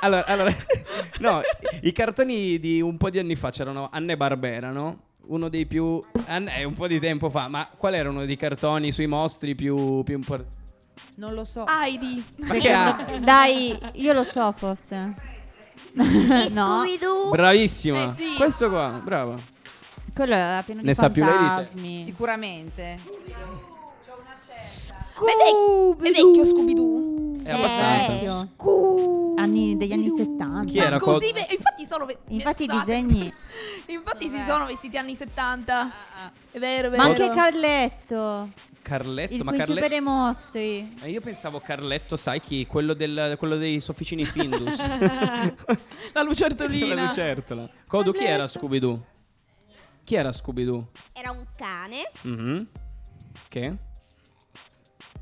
Speaker 5: Allora, allora, no, i cartoni di un po' di anni fa c'erano Anne Barbera, no? Uno dei più. Anne- è un po' di tempo fa, ma qual era uno dei cartoni sui mostri più, più importanti?
Speaker 8: Non lo so.
Speaker 4: Heidi.
Speaker 5: Ma che ha?
Speaker 3: Dai, io lo so forse.
Speaker 6: E
Speaker 3: no,
Speaker 6: Scooby-Doo.
Speaker 5: Bravissima.
Speaker 4: Eh sì.
Speaker 5: Questo qua, bravo.
Speaker 3: quello era pieno di
Speaker 5: Ne sa più lei di te.
Speaker 3: fantasmi.
Speaker 8: Sicuramente.
Speaker 4: Ma è, vec- è vecchio Scooby-Doo.
Speaker 5: È abbastanza.
Speaker 3: Vecchio. Anni- degli anni 70.
Speaker 5: Chi era?
Speaker 4: Ma così,
Speaker 5: Cod-
Speaker 4: ve- infatti sono ve-
Speaker 3: Infatti i
Speaker 4: pensate-
Speaker 3: disegni.
Speaker 4: Infatti si
Speaker 3: Vabbè.
Speaker 4: sono vestiti anni 70. È vero, è vero.
Speaker 3: Ma anche Carletto,
Speaker 5: Carletto,
Speaker 3: il
Speaker 5: ma
Speaker 3: principe
Speaker 5: Carletto.
Speaker 3: dei mostri.
Speaker 5: Eh, io pensavo Carletto, sai chi? Quello, del, quello dei sofficini Findus.
Speaker 4: La
Speaker 5: La
Speaker 4: lucertolina.
Speaker 5: lucertola. Kodu, chi era Scooby-Doo? Chi era Scooby-Doo?
Speaker 2: Era un cane.
Speaker 5: Mhm. Che?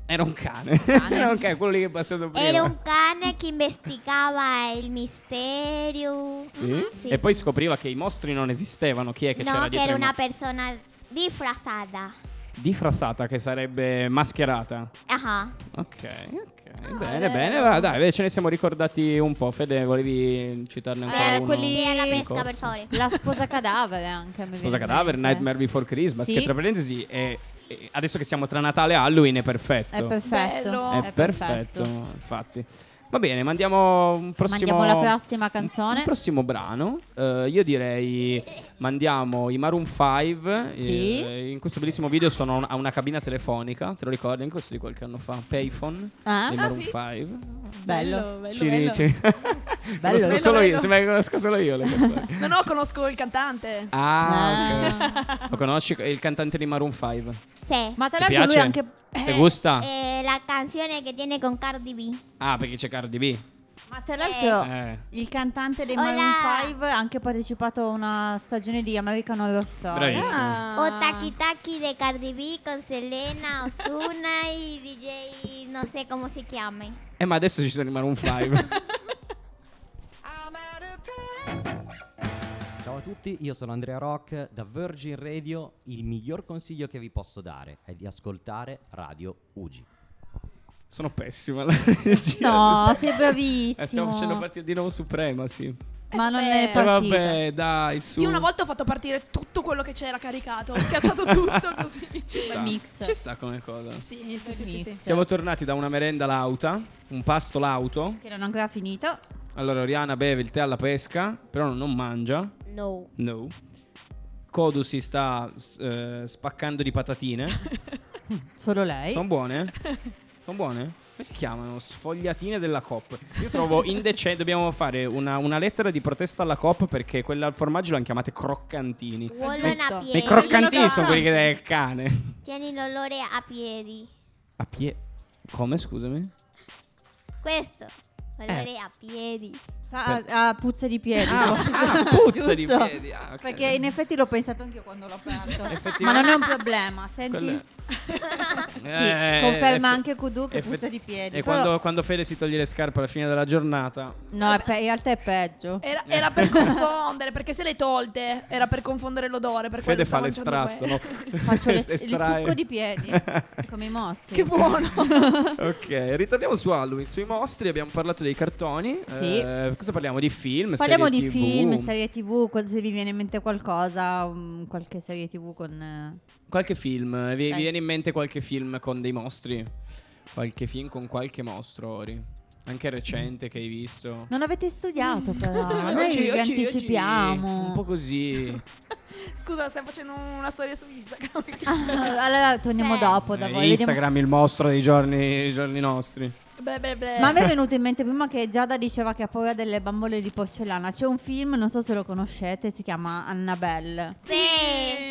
Speaker 5: Era un cane. era un cane, quello lì che è passato prima.
Speaker 6: Era un cane che investigava il mistero.
Speaker 5: Sì?
Speaker 6: Sì.
Speaker 5: E poi scopriva che i mostri non esistevano. Chi è che c'era
Speaker 6: no, che
Speaker 5: dietro?
Speaker 6: era
Speaker 5: ai
Speaker 6: una
Speaker 5: mostri?
Speaker 6: persona disfrazata.
Speaker 5: Difrazzata, che sarebbe mascherata.
Speaker 6: Ah,
Speaker 5: Ok,
Speaker 3: Ah,
Speaker 5: ok. bene, bene. va, dai, beh, ce ne siamo ricordati un po'. Fede, volevi citarne ancora
Speaker 3: Eh,
Speaker 5: uno?
Speaker 3: quelli-
Speaker 6: e alla
Speaker 3: Sì,
Speaker 6: pesca per
Speaker 5: corso.
Speaker 6: favore.
Speaker 3: La sposa cadavere anche. mi
Speaker 5: Sposa
Speaker 3: viene in
Speaker 5: cadavere,
Speaker 3: mente.
Speaker 5: Nightmare Before Christmas,
Speaker 3: Eh. Sì.
Speaker 5: che tra parentesi è eh, adesso che siamo tra Natale e Halloween è perfetto.
Speaker 3: È perfetto.
Speaker 4: Bello.
Speaker 5: È perfetto, infatti. Va bene, mandiamo un prossimo
Speaker 3: Mandiamo la prossima canzone.
Speaker 5: Un prossimo brano. Eh, io direi mandiamo i Maroon 5.
Speaker 3: Sì.
Speaker 5: Eh, in questo bellissimo video sono a un- a una cabina telefonica, te lo ricordi? In questo di qualche anno fa, Payphone
Speaker 3: Ah,
Speaker 5: dei
Speaker 4: Ah,
Speaker 5: Maroon
Speaker 4: sì.
Speaker 5: 5.
Speaker 3: bello.
Speaker 4: bello,
Speaker 5: Ci
Speaker 4: bello.
Speaker 5: dici. conosco
Speaker 4: bello,
Speaker 5: solo io,
Speaker 4: bello.
Speaker 5: sembra che conosco solo io le canzoni.
Speaker 4: No, no, conosco il cantante.
Speaker 5: Ah, ok.
Speaker 3: Ah.
Speaker 5: Lo conosci il cantante di Maroon 5?
Speaker 6: Sí.
Speaker 3: Ma tra
Speaker 5: Ti
Speaker 3: l'altro lui
Speaker 5: piace?
Speaker 3: anche
Speaker 5: Ti gusta?
Speaker 6: Eh, la canción que tiene con Cardi B.
Speaker 5: Ah, perché c'è Cardi B.
Speaker 3: Ma tra l'altro
Speaker 5: Eh.
Speaker 3: il cantante dei
Speaker 6: Hola.
Speaker 3: Maroon 5 ha anche partecipato a una stagione di American Horror Story.
Speaker 5: Bravissimo.
Speaker 4: Ah.
Speaker 6: O Taki Taki de Cardi B con Selena, Osuna y DJ, no sé cómo se llame.
Speaker 5: Eh, ma adesso ci sono i Maroon 5.
Speaker 9: Ciao a tutti, io sono Andrea Rock da Virgin Radio. Il miglior consiglio che vi posso dare è di ascoltare Radio Ugi.
Speaker 5: sono pessimo. alla regia.
Speaker 3: No, sei
Speaker 5: Eh, stiamo facendo
Speaker 3: bravissimo.
Speaker 5: partire di nuovo Suprema, sì.
Speaker 3: Ma non è
Speaker 4: Eh,
Speaker 5: Eh,
Speaker 3: partita.
Speaker 5: vabbè, dai, su.
Speaker 4: Io una volta ho fatto partire tutto quello che c'era caricato, ho schiacciato tutto così.
Speaker 5: Ci sta.
Speaker 3: mix.
Speaker 5: Ci sta come cosa.
Speaker 4: Sì, sì, sì, sì, sì.
Speaker 5: Siamo tornati da una merenda lauta, un pasto lauto.
Speaker 3: Che non ho ancora finito.
Speaker 5: Allora, Oriana beve il tè alla pesca, però non mangia.
Speaker 6: No.
Speaker 5: No. Kodu si sta s- eh, spaccando di patatine.
Speaker 3: Solo lei.
Speaker 5: Sono buone? Sono buone? Come si chiamano? Sfogliatine della COP. Io trovo indecente. Dobbiamo fare una, una lettera di protesta alla COP perché quella al formaggio l'hanno chiamate croccantini.
Speaker 6: Vuelo a
Speaker 5: I
Speaker 6: piedi.
Speaker 5: croccantini sono quelli che dai al cane.
Speaker 6: Tiene el olor a piedi.
Speaker 5: A pie. Come, scusami?
Speaker 6: Questo. Olore a piedi.
Speaker 3: Sa- a, a puzza di piedi.
Speaker 5: Ah, puzza di
Speaker 3: Giusto.
Speaker 5: piedi. Ah, ok.
Speaker 3: Perché in effetti l'ho pensato anch'io quando l'ho aperto.
Speaker 5: effettivamente.
Speaker 3: Ma non è un problema, senti?
Speaker 5: Quella- Eh,
Speaker 3: Sì, conferma anche Kudu che
Speaker 5: effe-
Speaker 3: puzza di piedi,
Speaker 5: E
Speaker 3: però-
Speaker 5: quando, quando Fede si toglie le scarpe alla fine della giornata,
Speaker 3: No, è pe- in realtà è peggio.
Speaker 5: Eh,
Speaker 4: Era, era per confondere, perché se le tolte era per confondere l'odore. Per
Speaker 5: Fede
Speaker 4: quello
Speaker 5: fa
Speaker 4: sto
Speaker 5: l'estratto,
Speaker 4: mangiando
Speaker 5: no?
Speaker 3: Faccio le- il
Speaker 5: Estrae.
Speaker 3: succo di piedi, come i mossi.
Speaker 4: que- Che buono!
Speaker 5: Ok, ritorniamo su Halloween, sui mostri, abbiamo parlato dei cartoni.
Speaker 3: Sì.
Speaker 5: Eh, cosa parliamo? Di film?
Speaker 3: Parliamo
Speaker 5: serie
Speaker 3: di
Speaker 5: TV?
Speaker 3: film, serie tv, co- se vi viene in mente qualcosa, um, qualche serie tv con... eh,
Speaker 5: Qualche film, vi, vi
Speaker 3: Dai.
Speaker 5: viene in mente qualche film con dei mostri? Qualche film con qualche mostro, Ori? Anche recente che hai visto?
Speaker 3: Non avete studiato però,
Speaker 5: Eh,
Speaker 3: noi vi anticipiamo.
Speaker 5: oggi un po' così.
Speaker 4: Scusa, stiamo facendo una storia su Instagram.
Speaker 3: allora torniamo
Speaker 6: Beh.
Speaker 3: dopo da
Speaker 5: Eh,
Speaker 3: voi. vediamo-
Speaker 5: Instagram il mostro dei giorni, i giorni nostri.
Speaker 4: beh, beh, beh.
Speaker 3: Eh. Ma mi è venuto in mente prima che Giada diceva che ha paura delle bambole di porcellana. C'è un film, non so se lo conoscete, si chiama Annabelle.
Speaker 6: Sí.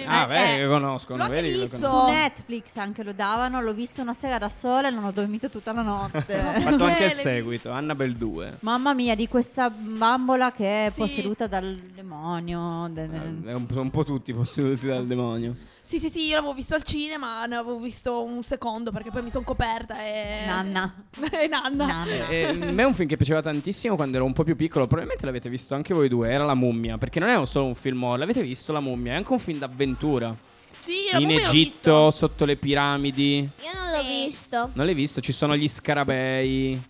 Speaker 5: Ah,
Speaker 3: Eh,
Speaker 5: beh,
Speaker 3: eh.
Speaker 5: lo conoscono,
Speaker 4: L'ho anche
Speaker 5: vedi che lo
Speaker 4: visto.
Speaker 5: conoscono.
Speaker 3: Su Netflix anche lo davano, l'ho visto una sera da sola e non ho dormito tutta la
Speaker 5: Ho
Speaker 3: notte.
Speaker 5: fatto anche il
Speaker 4: Bene.
Speaker 5: seguito, Annabelle 2.
Speaker 3: Mamma mia, di questa bambola che è
Speaker 4: Sì.
Speaker 3: posseduta dal demonio. de- de-
Speaker 5: Eh, un, po- un po' tutti posseduti dal demonio.
Speaker 4: Sì, sì, sì, io l'avevo visto al cinema, ne avevo visto un secondo perché poi mi sono coperta e...
Speaker 3: Nanna.
Speaker 4: e nanna.
Speaker 3: Nanna.
Speaker 5: Eh, a me è un film che piaceva tantissimo quando ero un po' più piccolo, probabilmente l'avete visto anche voi due, era La Mummia, perché non è solo un film horror, l'avete visto La Mummia, è anche un film d'avventura.
Speaker 4: Sì, la
Speaker 5: In
Speaker 4: mummia l'ho
Speaker 5: Egitto,
Speaker 4: visto.
Speaker 5: sotto le piramidi.
Speaker 2: Io non l'ho visto.
Speaker 5: Non l'hai visto? Ci sono gli scarabei.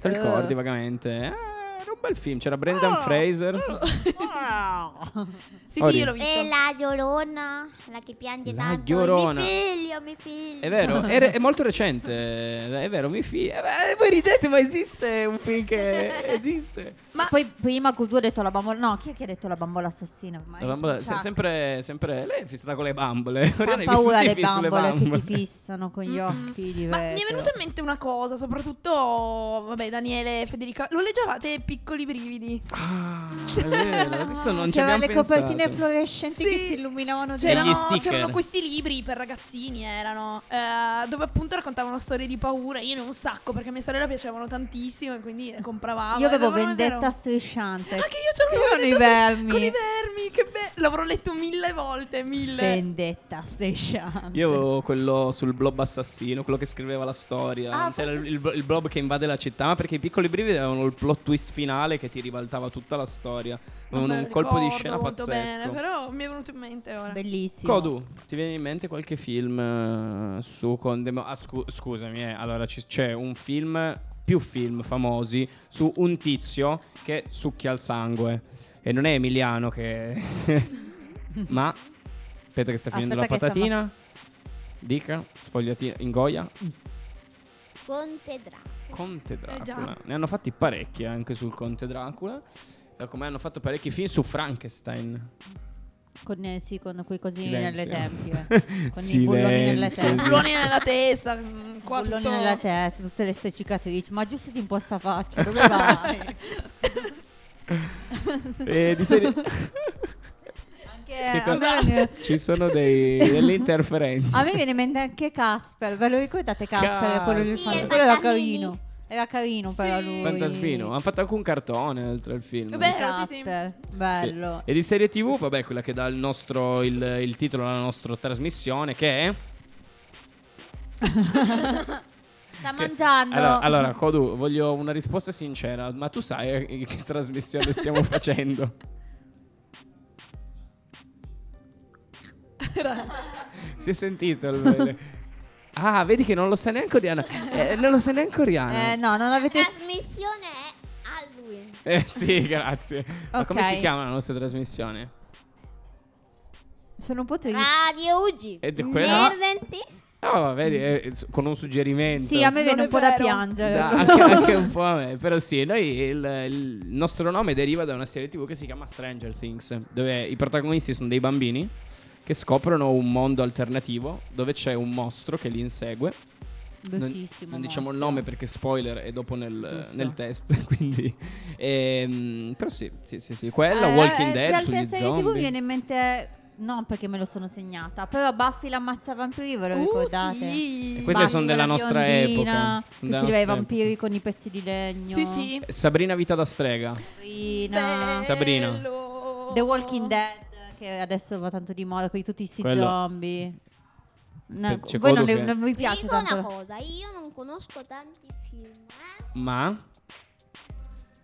Speaker 5: Te lo
Speaker 3: Eh.
Speaker 5: ricordi vagamente? Eh, era un bel film, c'era Brendan
Speaker 4: Oh.
Speaker 5: Fraser.
Speaker 4: Sì,
Speaker 5: Ori.
Speaker 4: sì, io l'ho
Speaker 6: E
Speaker 4: visto.
Speaker 6: la llorona, la che piange
Speaker 5: La
Speaker 6: tanto.
Speaker 5: Llorona.
Speaker 6: Mi figlio, mi figlio.
Speaker 5: È vero, è, re- è molto recente. È vero, mi fi- eh, beh, voi ridete, ma esiste un film che esiste.
Speaker 4: Ma-
Speaker 3: Poi prima Kudu ha detto la bambola. No, chi è che ha detto la bambola assassina? Ormai
Speaker 5: La bambola- se-
Speaker 3: Cioè,
Speaker 5: sempre, sempre lei è fissata con le bambole.
Speaker 3: fa
Speaker 5: Oriana, i
Speaker 3: paura
Speaker 5: vissuti
Speaker 3: le
Speaker 5: fi- sulle
Speaker 3: bambole che ti
Speaker 5: bambole.
Speaker 3: fissano con gli
Speaker 4: Mm-mm.
Speaker 3: occhi. di
Speaker 4: Ma mi è
Speaker 3: vetro.
Speaker 4: venuta in mente una cosa, soprattutto, vabbè, Daniele e Federica, lo leggevate Piccoli Brividi?
Speaker 5: Ah, è vero, adesso non ci
Speaker 3: C'erano
Speaker 5: abbiamo
Speaker 3: le
Speaker 5: pensato.
Speaker 3: copertine fluorescenti
Speaker 4: Sì.
Speaker 3: che si illuminavano di
Speaker 5: C'era-
Speaker 3: notte.
Speaker 5: Degli
Speaker 4: C'erano,
Speaker 5: sticker.
Speaker 4: c'erano questi libri per ragazzini, erano, eh, dove appunto raccontavano storie di paura. Io ne ho un sacco perché a mia sorella piacevano tantissimo e quindi ne compravamo.
Speaker 3: Io avevo
Speaker 4: Eh, ma non è
Speaker 3: vendetta
Speaker 4: vero.
Speaker 3: strisciante.
Speaker 4: Anche io c'avevo
Speaker 3: Con i
Speaker 4: vendetta
Speaker 3: vermi.
Speaker 4: Con i vermi, che bello. L'avrò letto mille volte, mille.
Speaker 3: Vendetta strisciante.
Speaker 5: Io avevo quello sul blob assassino, quello che scriveva la storia.
Speaker 3: Ah,
Speaker 5: C'era il, il- il blob che invade la città, ma perché i piccoli brividi avevano il plot twist finale che ti ribaltava tutta la storia.
Speaker 4: Non
Speaker 5: Avevano
Speaker 4: me
Speaker 5: un
Speaker 4: lo
Speaker 5: colpo di
Speaker 4: ricordo
Speaker 5: scena
Speaker 4: molto
Speaker 5: pazzesco.
Speaker 4: Bene, però mi è venuto in mente ora.
Speaker 3: Bellissimo.
Speaker 5: Kodu, ti viene in mente qualche film eh, su con demo- ah, scu- scusami, eh, allora ci- c'è un film, più film famosi su un tizio che succhia il sangue. E non è Emiliano che... ma... Aspetta che sta finendo
Speaker 3: Aspetta che
Speaker 5: la
Speaker 3: sta
Speaker 5: patatina. Dica, sfogliati, ingoia.
Speaker 6: Conte Dracula.
Speaker 3: Eh,
Speaker 5: Conte Dracula.
Speaker 4: già.
Speaker 5: ne hanno fatti parecchi anche sul Conte Dracula. eh, Come hanno fatto parecchi film su Frankenstein.
Speaker 3: Con, eh, sì, con quei cosini
Speaker 5: Silenzio.
Speaker 3: nelle tempie. Con i bulloni nelle
Speaker 5: Silenzio.
Speaker 3: tempie.
Speaker 4: Bulloni nella testa. mm, Qua
Speaker 3: Bulloni
Speaker 4: tutto...
Speaker 3: nella testa, tutte le ste cicatrici. Ma giusto un po' sta faccia, dove vai?
Speaker 5: Eh, di serie-
Speaker 3: Anche a
Speaker 5: Che cosa-
Speaker 3: me,
Speaker 5: Ci sono dei- delle interferenze.
Speaker 3: a me viene in mente anche Casper. Ve lo ricordate Casper? Quello, del
Speaker 6: Sì,
Speaker 3: fan-
Speaker 6: il
Speaker 3: quello era
Speaker 6: fantasmini.
Speaker 3: carino. Era carino però
Speaker 4: Sì.
Speaker 3: lui.
Speaker 5: Fantasfino. Hanno fatto anche un cartone oltre al film.
Speaker 4: Vabbè, Vero, sì, sì.
Speaker 3: Casper,
Speaker 5: Sì.
Speaker 3: bello.
Speaker 5: E di serie TV, vabbè, quella che dà il, nostro, il, il titolo alla nostra trasmissione, che è...
Speaker 3: Sta mangiando.
Speaker 5: Allora, allora, Kodu, voglio una risposta sincera, ma tu sai eh, che trasmissione stiamo facendo? si è sentito il... Ah, vedi che non lo sa neanche Oriana. Eh, non lo sa neanche Oriana.
Speaker 3: Eh, no, non avete.
Speaker 6: La trasmissione è Halloween.
Speaker 5: Eh, sì, grazie. Ma
Speaker 3: Ok.
Speaker 5: come si chiama la nostra trasmissione?
Speaker 3: Sono un po' triste.
Speaker 6: Radio UG.
Speaker 5: Ed è quella...
Speaker 6: Nerdentist.
Speaker 5: Ah, vedi, eh, s- con un suggerimento.
Speaker 3: Sì, a me
Speaker 4: Non
Speaker 3: viene
Speaker 4: è
Speaker 3: un po' da
Speaker 4: vero.
Speaker 3: piangere.
Speaker 5: Da- anche, anche un po' a me. Però sì, noi il, il nostro nome deriva da una serie TV che si chiama Stranger Things, dove i protagonisti sono dei bambini che scoprono un mondo alternativo dove c'è un mostro che li insegue. Non,
Speaker 3: Bruttissimo,
Speaker 5: non diciamo il
Speaker 3: mostro.
Speaker 5: nome perché spoiler è dopo nel,
Speaker 3: Giusto.
Speaker 5: nel test. Quindi, ehm, però sì, sì, sì, sì. Quella,
Speaker 3: Eh,
Speaker 5: Walking
Speaker 3: di
Speaker 5: Dead,
Speaker 3: altre
Speaker 5: sugli
Speaker 3: serie TV
Speaker 5: zombie.
Speaker 3: viene in mente. Non perché me lo sono segnata, però Buffy l'ammazza vampiri, ve lo
Speaker 4: Uh,
Speaker 3: ricordate?
Speaker 4: sì.
Speaker 5: Quelle
Speaker 3: Buffy,
Speaker 5: sono
Speaker 3: quella
Speaker 5: della nostra
Speaker 3: biondina,
Speaker 5: epoca.
Speaker 3: Che
Speaker 5: Sono
Speaker 3: uccideva i
Speaker 5: della nostra
Speaker 3: vampiri con i pezzi di legno.
Speaker 4: Sì, sì.
Speaker 5: Sabrina Vita da strega.
Speaker 3: Sabrina.
Speaker 5: Sabrina.
Speaker 4: Bello.
Speaker 6: Oh.
Speaker 3: The Walking Dead, che adesso va tanto di moda, con tutti questi
Speaker 5: Quello-
Speaker 3: zombie. No,
Speaker 5: C'è
Speaker 3: voi non,
Speaker 5: quello
Speaker 3: le-
Speaker 5: che-
Speaker 3: non vi
Speaker 6: Vi
Speaker 3: piace
Speaker 6: dico una
Speaker 3: tanto.
Speaker 6: cosa, io non conosco tanti film. eh.
Speaker 5: Ma.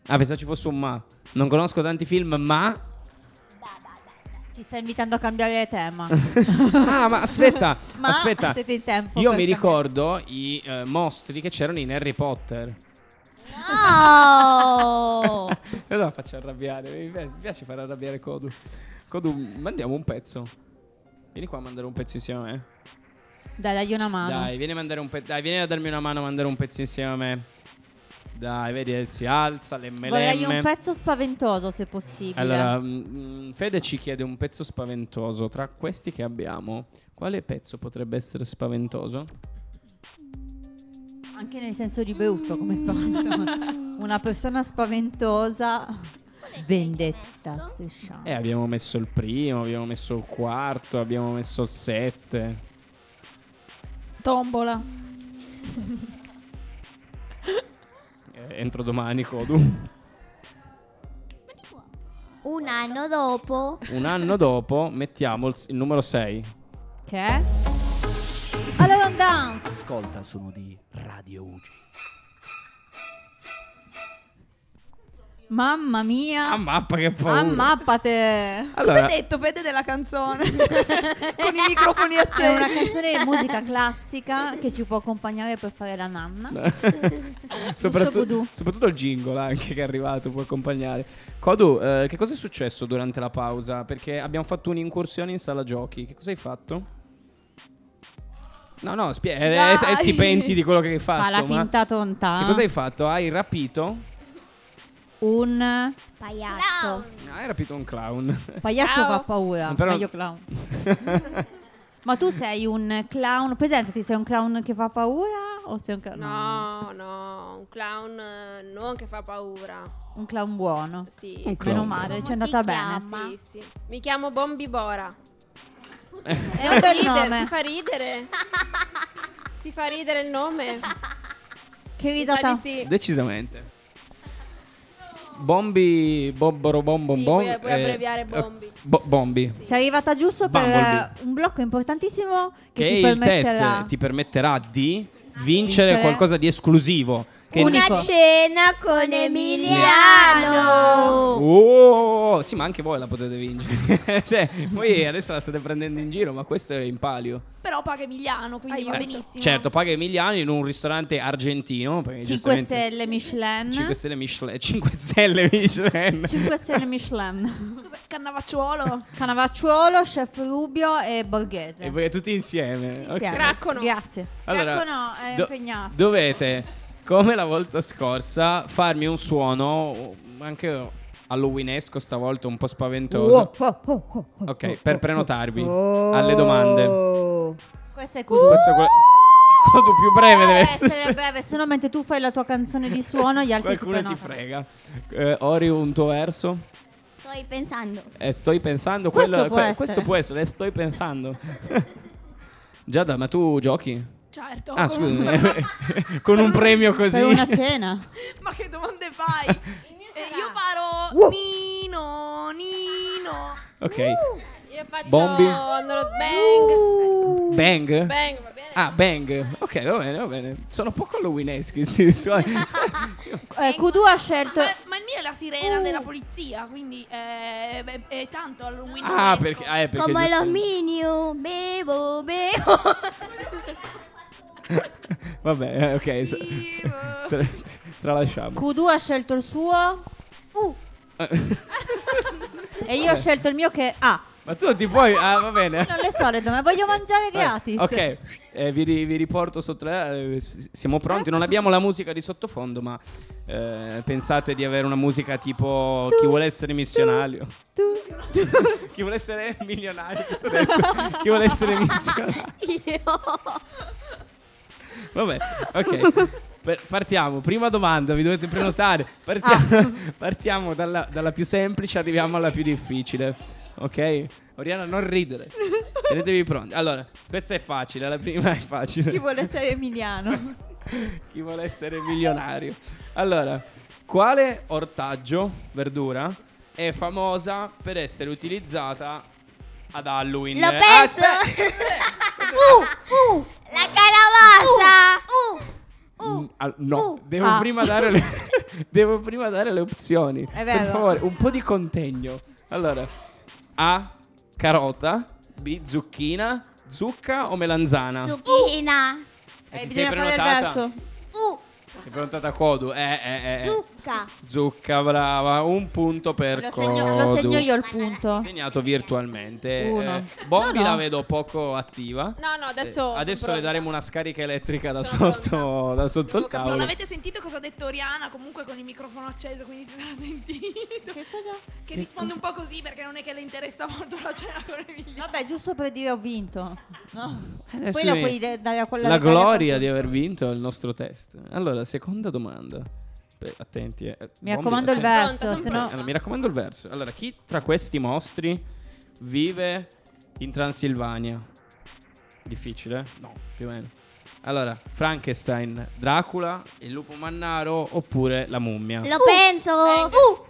Speaker 5: Ah, pensavo ci fosse un ma. Non conosco tanti film, ma.
Speaker 6: Da, da, da, da.
Speaker 3: Ci sta invitando a cambiare tema.
Speaker 5: Ah, ma aspetta,
Speaker 3: Ma
Speaker 5: aspetta.
Speaker 3: siete in tempo.
Speaker 5: Io
Speaker 3: per cambiare-
Speaker 5: mi ricordo i eh, mostri che c'erano in Harry Potter.
Speaker 6: No!
Speaker 5: Io la faccio arrabbiare. Mi pi- mi piace far arrabbiare Kodu. Kodu, mandiamo un pezzo. Vieni qua a mandare un pezzo insieme a me.
Speaker 3: Dai, dagli una mano.
Speaker 5: Dai, vieni a mandare un pezzo. Dai, vieni a darmi una mano a mandare un pezzo insieme a me. Dai, vedi, eh, si alza, le
Speaker 3: Vorrei un
Speaker 5: melemme.
Speaker 3: pezzo spaventoso, se possibile.
Speaker 5: Allora, mm, Fede ci chiede un pezzo spaventoso. Tra questi che abbiamo, quale pezzo potrebbe essere spaventoso?
Speaker 3: Anche nel senso di Beuto, come spaventoso. Una persona spaventosa. Vendetta
Speaker 6: messo?
Speaker 3: strisciante.
Speaker 5: Eh, abbiamo messo il primo, abbiamo messo il quarto, abbiamo messo il sette.
Speaker 4: Tombola.
Speaker 5: Eh, entro domani, Kodu.
Speaker 6: Un anno dopo.
Speaker 5: Un anno dopo mettiamo il, s- il numero 6.
Speaker 3: Che è? Allora, un dance.
Speaker 1: Ascolta, sono di Radio UG.
Speaker 3: Mamma mia.
Speaker 5: Ah, mappa che paura.
Speaker 3: Ammappate.
Speaker 4: Cosa
Speaker 5: Allora,
Speaker 4: hai detto, Fede, della canzone? Con i microfoni
Speaker 3: C'è una
Speaker 4: accesi.
Speaker 3: canzone di musica classica che ci può accompagnare per fare la nanna.
Speaker 5: soprattutto,
Speaker 3: Voodoo.
Speaker 5: soprattutto il jingle eh, anche che è arrivato può accompagnare. Kodu, eh, che cosa è successo durante la pausa? Perché abbiamo fatto un'incursione in sala giochi. Che cosa hai fatto? No, no, spie- eh,
Speaker 4: Dai!
Speaker 5: eh, sti penti di quello che hai
Speaker 3: Fa
Speaker 5: fatto.
Speaker 3: la
Speaker 5: ma-
Speaker 3: finta tonta.
Speaker 5: Che cosa hai fatto? Hai rapito?
Speaker 3: Un
Speaker 6: Pagliaccio.
Speaker 5: No, Ah, hai rapito un clown.
Speaker 3: pagliaccio
Speaker 4: Ciao.
Speaker 3: fa paura.
Speaker 5: Però-
Speaker 3: Meglio clown. Ma tu sei un clown. Presentati, sei un clown che fa paura? O sei un clown?
Speaker 10: No, no, un clown eh, non che fa paura.
Speaker 3: Un clown buono.
Speaker 10: Sì,
Speaker 5: Un
Speaker 10: sì,
Speaker 5: clown.
Speaker 3: Meno male, ci è andata bene.
Speaker 6: Ma-
Speaker 10: sì, sì. Mi chiamo Bombi Bora.
Speaker 3: È un bel
Speaker 10: Rider,
Speaker 3: nome.
Speaker 10: Ti fa ridere? ti fa ridere il nome?
Speaker 3: Che
Speaker 10: Mi sa
Speaker 3: risata.
Speaker 10: di sì.
Speaker 5: Decisamente. Bombi, bobboro, bom, bom,
Speaker 10: Sì,
Speaker 5: bom.
Speaker 10: puoi- puoi abbreviare Bombi.
Speaker 5: eh, bo- bombi.
Speaker 3: Sei arrivata giusto per
Speaker 5: Bumblebee.
Speaker 3: eh, un blocco importantissimo che,
Speaker 5: Che
Speaker 3: ti
Speaker 5: il
Speaker 3: permetterà
Speaker 5: test ti permetterà di vincere
Speaker 3: Vincere.
Speaker 5: qualcosa di esclusivo. Che Che
Speaker 2: Una
Speaker 5: ne-
Speaker 2: cena con Emiliano.
Speaker 5: Oh, sì, ma anche voi la potete vincere. Cioè, voi adesso la state prendendo in giro, ma questo è in palio.
Speaker 4: Però paga Emiliano, quindi io
Speaker 5: Eh,
Speaker 4: benissimo.
Speaker 5: Certo, paga Emiliano in un ristorante argentino.
Speaker 3: 5 stelle Michelin.
Speaker 5: 5 stelle Michelin. 5 stelle Michelin.
Speaker 3: 5 stelle Michelin.
Speaker 4: Cos'è? Cannavacciuolo.
Speaker 3: Canavacciuolo, Chef Rubio e Borghese.
Speaker 5: E voi tutti insieme. ok.
Speaker 3: Sì,
Speaker 10: Craccono.
Speaker 3: Grazie.
Speaker 5: Allora,
Speaker 3: Craccono è
Speaker 5: do-
Speaker 3: impegnato.
Speaker 5: Dovete, come la volta scorsa, farmi un suono anche halloweenesco stavolta, un po' spaventoso.
Speaker 2: Oh,
Speaker 5: Ok, per prenotarvi alle domande.
Speaker 3: Questo è culo.
Speaker 5: Questo è quello secondo più breve deve
Speaker 3: Deve essere
Speaker 5: essere.
Speaker 3: breve, se no mentre tu fai la tua canzone di suono, gli altri
Speaker 5: Qualcuno
Speaker 3: si
Speaker 5: ti
Speaker 3: prenotano.
Speaker 5: frega. Eh, Ori, un tuo verso?
Speaker 6: Sto pensando.
Speaker 5: Eh, sto pensando.
Speaker 3: Questo
Speaker 5: quello-
Speaker 3: può
Speaker 5: que-
Speaker 3: essere.
Speaker 5: questo può essere, eh, sto pensando. Giada, ma tu giochi?
Speaker 4: Certo.
Speaker 5: Ah,
Speaker 4: come-
Speaker 5: scusi, con un premio così.
Speaker 3: Fai Oh, una cena.
Speaker 4: Ma che domande fai? Eh, io farò Nino, Nino. Uh.
Speaker 5: Ok,
Speaker 10: Io faccio
Speaker 5: Bombi.
Speaker 10: Andro Bang.
Speaker 3: Uh.
Speaker 5: bang.
Speaker 10: Bang, va bene.
Speaker 5: Ah, bang. Ok, va bene, va bene. Sono poco halloweeneschi. sì, so-
Speaker 3: Eh, Q2 ha scelto
Speaker 4: Ma, ma il mio è la sirena della polizia, quindi eh, beh, è, tanto Halloween.
Speaker 5: ah,
Speaker 4: non
Speaker 5: perché,
Speaker 4: esco.
Speaker 5: ah, è perché
Speaker 6: Come
Speaker 5: giusto-
Speaker 6: lo miniu, bevo, bevo.
Speaker 5: Vabbè, eh, ok. so- tra- tralasciamo.
Speaker 3: Q2 ha scelto il suo e io ho scelto il mio che ah,
Speaker 5: Ma tu ti puoi. Ah, va bene.
Speaker 3: non le so le domande, voglio mangiare
Speaker 5: Vabbè,
Speaker 3: gratis.
Speaker 5: Ok, eh, vi, ri- vi riporto sotto. eh, s- siamo pronti. Non abbiamo la musica di sottofondo, ma eh, pensate di avere una musica tipo chi vuole essere missionario.
Speaker 3: Tu, tu.
Speaker 5: Chi vuole essere milionario? cosa ho detto? Chi vuole essere missionario?
Speaker 6: Io.
Speaker 5: Vabbè, ok. Per- partiamo, prima domanda, vi dovete prenotare. Partiamo,
Speaker 3: Ah.
Speaker 5: partiamo dalla, dalla più semplice, arriviamo alla più difficile. Ok? Oriana, non ridere. Tenetevi pronti. Allora, questa è facile, la prima è facile.
Speaker 3: Chi vuole essere Emiliano?
Speaker 5: Chi vuole essere milionario? Allora, quale ortaggio, verdura, è famosa per essere utilizzata ad Halloween?
Speaker 6: Lo
Speaker 5: Eh,
Speaker 6: penso.
Speaker 5: aspe-
Speaker 6: uh, uh, la calabassa. Uh,
Speaker 5: Mm, al- no,
Speaker 6: uh.
Speaker 5: devo,
Speaker 3: Ah.
Speaker 5: prima dare le, devo prima dare le opzioni.
Speaker 3: È vero.
Speaker 5: Per favore, un po' di contegno. Allora, A, carota, B, zucchina, zucca o melanzana?
Speaker 6: Zucchina.
Speaker 5: Eh, ti
Speaker 3: bisogna
Speaker 5: sei
Speaker 3: fare il
Speaker 5: prenotata?
Speaker 3: verso.
Speaker 6: Uh,
Speaker 5: Sei prenotata a Codu? Eh, eh, eh.
Speaker 6: zucca.
Speaker 5: Zucca, brava. Un punto per
Speaker 3: Lo
Speaker 5: Codu.
Speaker 3: segno, lo segno io il punto.
Speaker 5: Segnato virtualmente.
Speaker 3: Uno.
Speaker 5: Bombi
Speaker 3: No, no.
Speaker 5: la vedo poco attiva.
Speaker 10: No, no, adesso.
Speaker 5: Eh,
Speaker 10: sono
Speaker 5: adesso le
Speaker 10: pronta.
Speaker 5: daremo una scarica elettrica da
Speaker 10: Sono
Speaker 5: sotto, da sotto il
Speaker 4: Non
Speaker 5: tavolo.
Speaker 4: avete sentito cosa ha detto Oriana? Comunque con il microfono acceso, quindi si sarà sentito.
Speaker 3: Che cosa?
Speaker 4: Che risponde un po' così perché non è che le interessa molto la cena con Emiliano.
Speaker 3: Vabbè, giusto per dire ho vinto. No.
Speaker 5: Adesso
Speaker 3: Poi la
Speaker 5: mi-
Speaker 3: puoi de- dare a quella
Speaker 5: La
Speaker 3: dare a
Speaker 5: gloria
Speaker 3: qualcuno.
Speaker 5: di aver vinto il nostro test. Allora, seconda domanda. Beh, attenti, eh.
Speaker 3: Mi
Speaker 5: Bombi,
Speaker 3: raccomando il
Speaker 5: attenti.
Speaker 3: verso,
Speaker 10: Sono
Speaker 3: se
Speaker 10: pronta.
Speaker 3: no
Speaker 5: Allora, mi raccomando il verso. Allora, chi tra questi mostri vive in Transilvania? Difficile? eh? No, più o meno. Allora, Frankenstein, Dracula, il lupo mannaro oppure la mummia?
Speaker 3: Uh!
Speaker 6: Lo penso. Uh,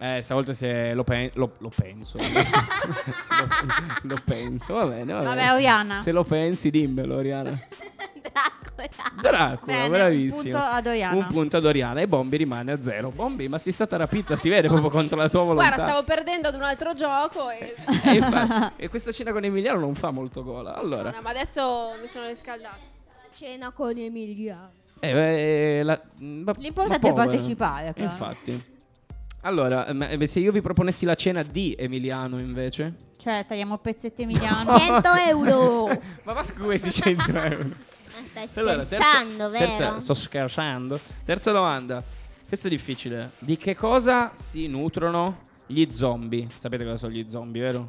Speaker 5: Eh, stavolta se lo, pen- lo- lo penso. lo, lo penso, va bene, va bene.
Speaker 3: Vabbè, Oriana.
Speaker 5: Se lo pensi, dimmelo, Oriana.
Speaker 6: Dracula.
Speaker 5: Dracula,
Speaker 3: Ah, Bene, Un punto
Speaker 5: bravissimo.
Speaker 3: ad Oriana.
Speaker 5: Un punto ad Oriana e Bombi rimane a zero. Bombi, ma sei stata rapita, si vede proprio contro la tua volontà.
Speaker 10: Guarda, stavo perdendo ad un altro gioco. E...
Speaker 5: E, infatti- e questa cena con Emiliano non fa molto gol. Allora,
Speaker 10: Buona, ma adesso mi sono riscaldata.
Speaker 2: Cena con Emiliano.
Speaker 5: eh, beh, la- ma-
Speaker 3: L'importante
Speaker 5: ma
Speaker 3: è
Speaker 5: povero.
Speaker 3: partecipare, però.
Speaker 5: Infatti. Allora, ma- eh, se io vi proponessi la cena di Emiliano invece?
Speaker 3: Cioè, tagliamo pezzetti Emiliano.
Speaker 6: 100 euro.
Speaker 5: Ma va con questi 100 euro.
Speaker 6: Ma stai
Speaker 5: Allora, terza-
Speaker 6: scherzando,
Speaker 5: terza-
Speaker 6: vero?
Speaker 5: sto scherzando. Terza domanda. Questa è difficile. Di che cosa si nutrono gli zombie? Sapete cosa sono gli zombie, vero?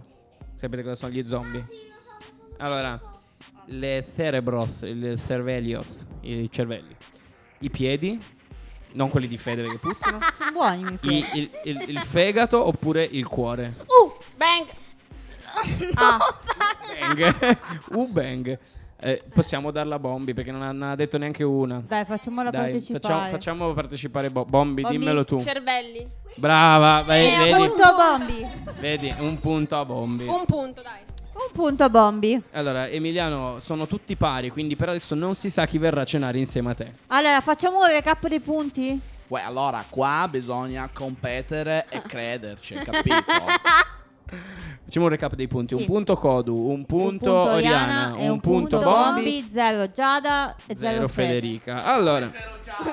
Speaker 5: Sapete cosa sono gli zombie? Allora, le cerebros, il cervellios, i cervelli. I piedi, non quelli di fede perché puzzano.
Speaker 3: Sono buoni, mi piace.
Speaker 5: I- il, il- il fegato oppure il cuore.
Speaker 10: Bang.
Speaker 3: Ah,
Speaker 5: Bang. U bang. Eh, possiamo darla a Bombi perché non ha, non ha detto neanche una.
Speaker 3: dai, facciamola
Speaker 5: Dai,
Speaker 3: partecipare.
Speaker 5: facciamo, facciamo partecipare Bo- Bombi,
Speaker 3: Bombi,
Speaker 5: dimmelo tu.
Speaker 10: Cervelli.
Speaker 5: Brava, vai,
Speaker 10: Eh,
Speaker 5: vedi,
Speaker 3: Punto Bombi.
Speaker 5: vedi, un punto a Bombi.
Speaker 10: Un punto, dai.
Speaker 3: Un punto a Bombi.
Speaker 5: Allora, Emiliano, sono tutti pari, quindi per adesso non si sa chi verrà a cenare insieme a te.
Speaker 3: Allora, facciamo un recap dei punti?
Speaker 1: Uè, allora qua bisogna competere e crederci, capito?
Speaker 5: Facciamo un recap dei punti. Un
Speaker 3: Sì.
Speaker 5: punto Kodu, un punto, Oriana,
Speaker 3: e
Speaker 5: un punto, Bombi,
Speaker 3: Bombi, zero Giada e zero,
Speaker 5: zero
Speaker 3: Fede.
Speaker 5: Federica. Allora,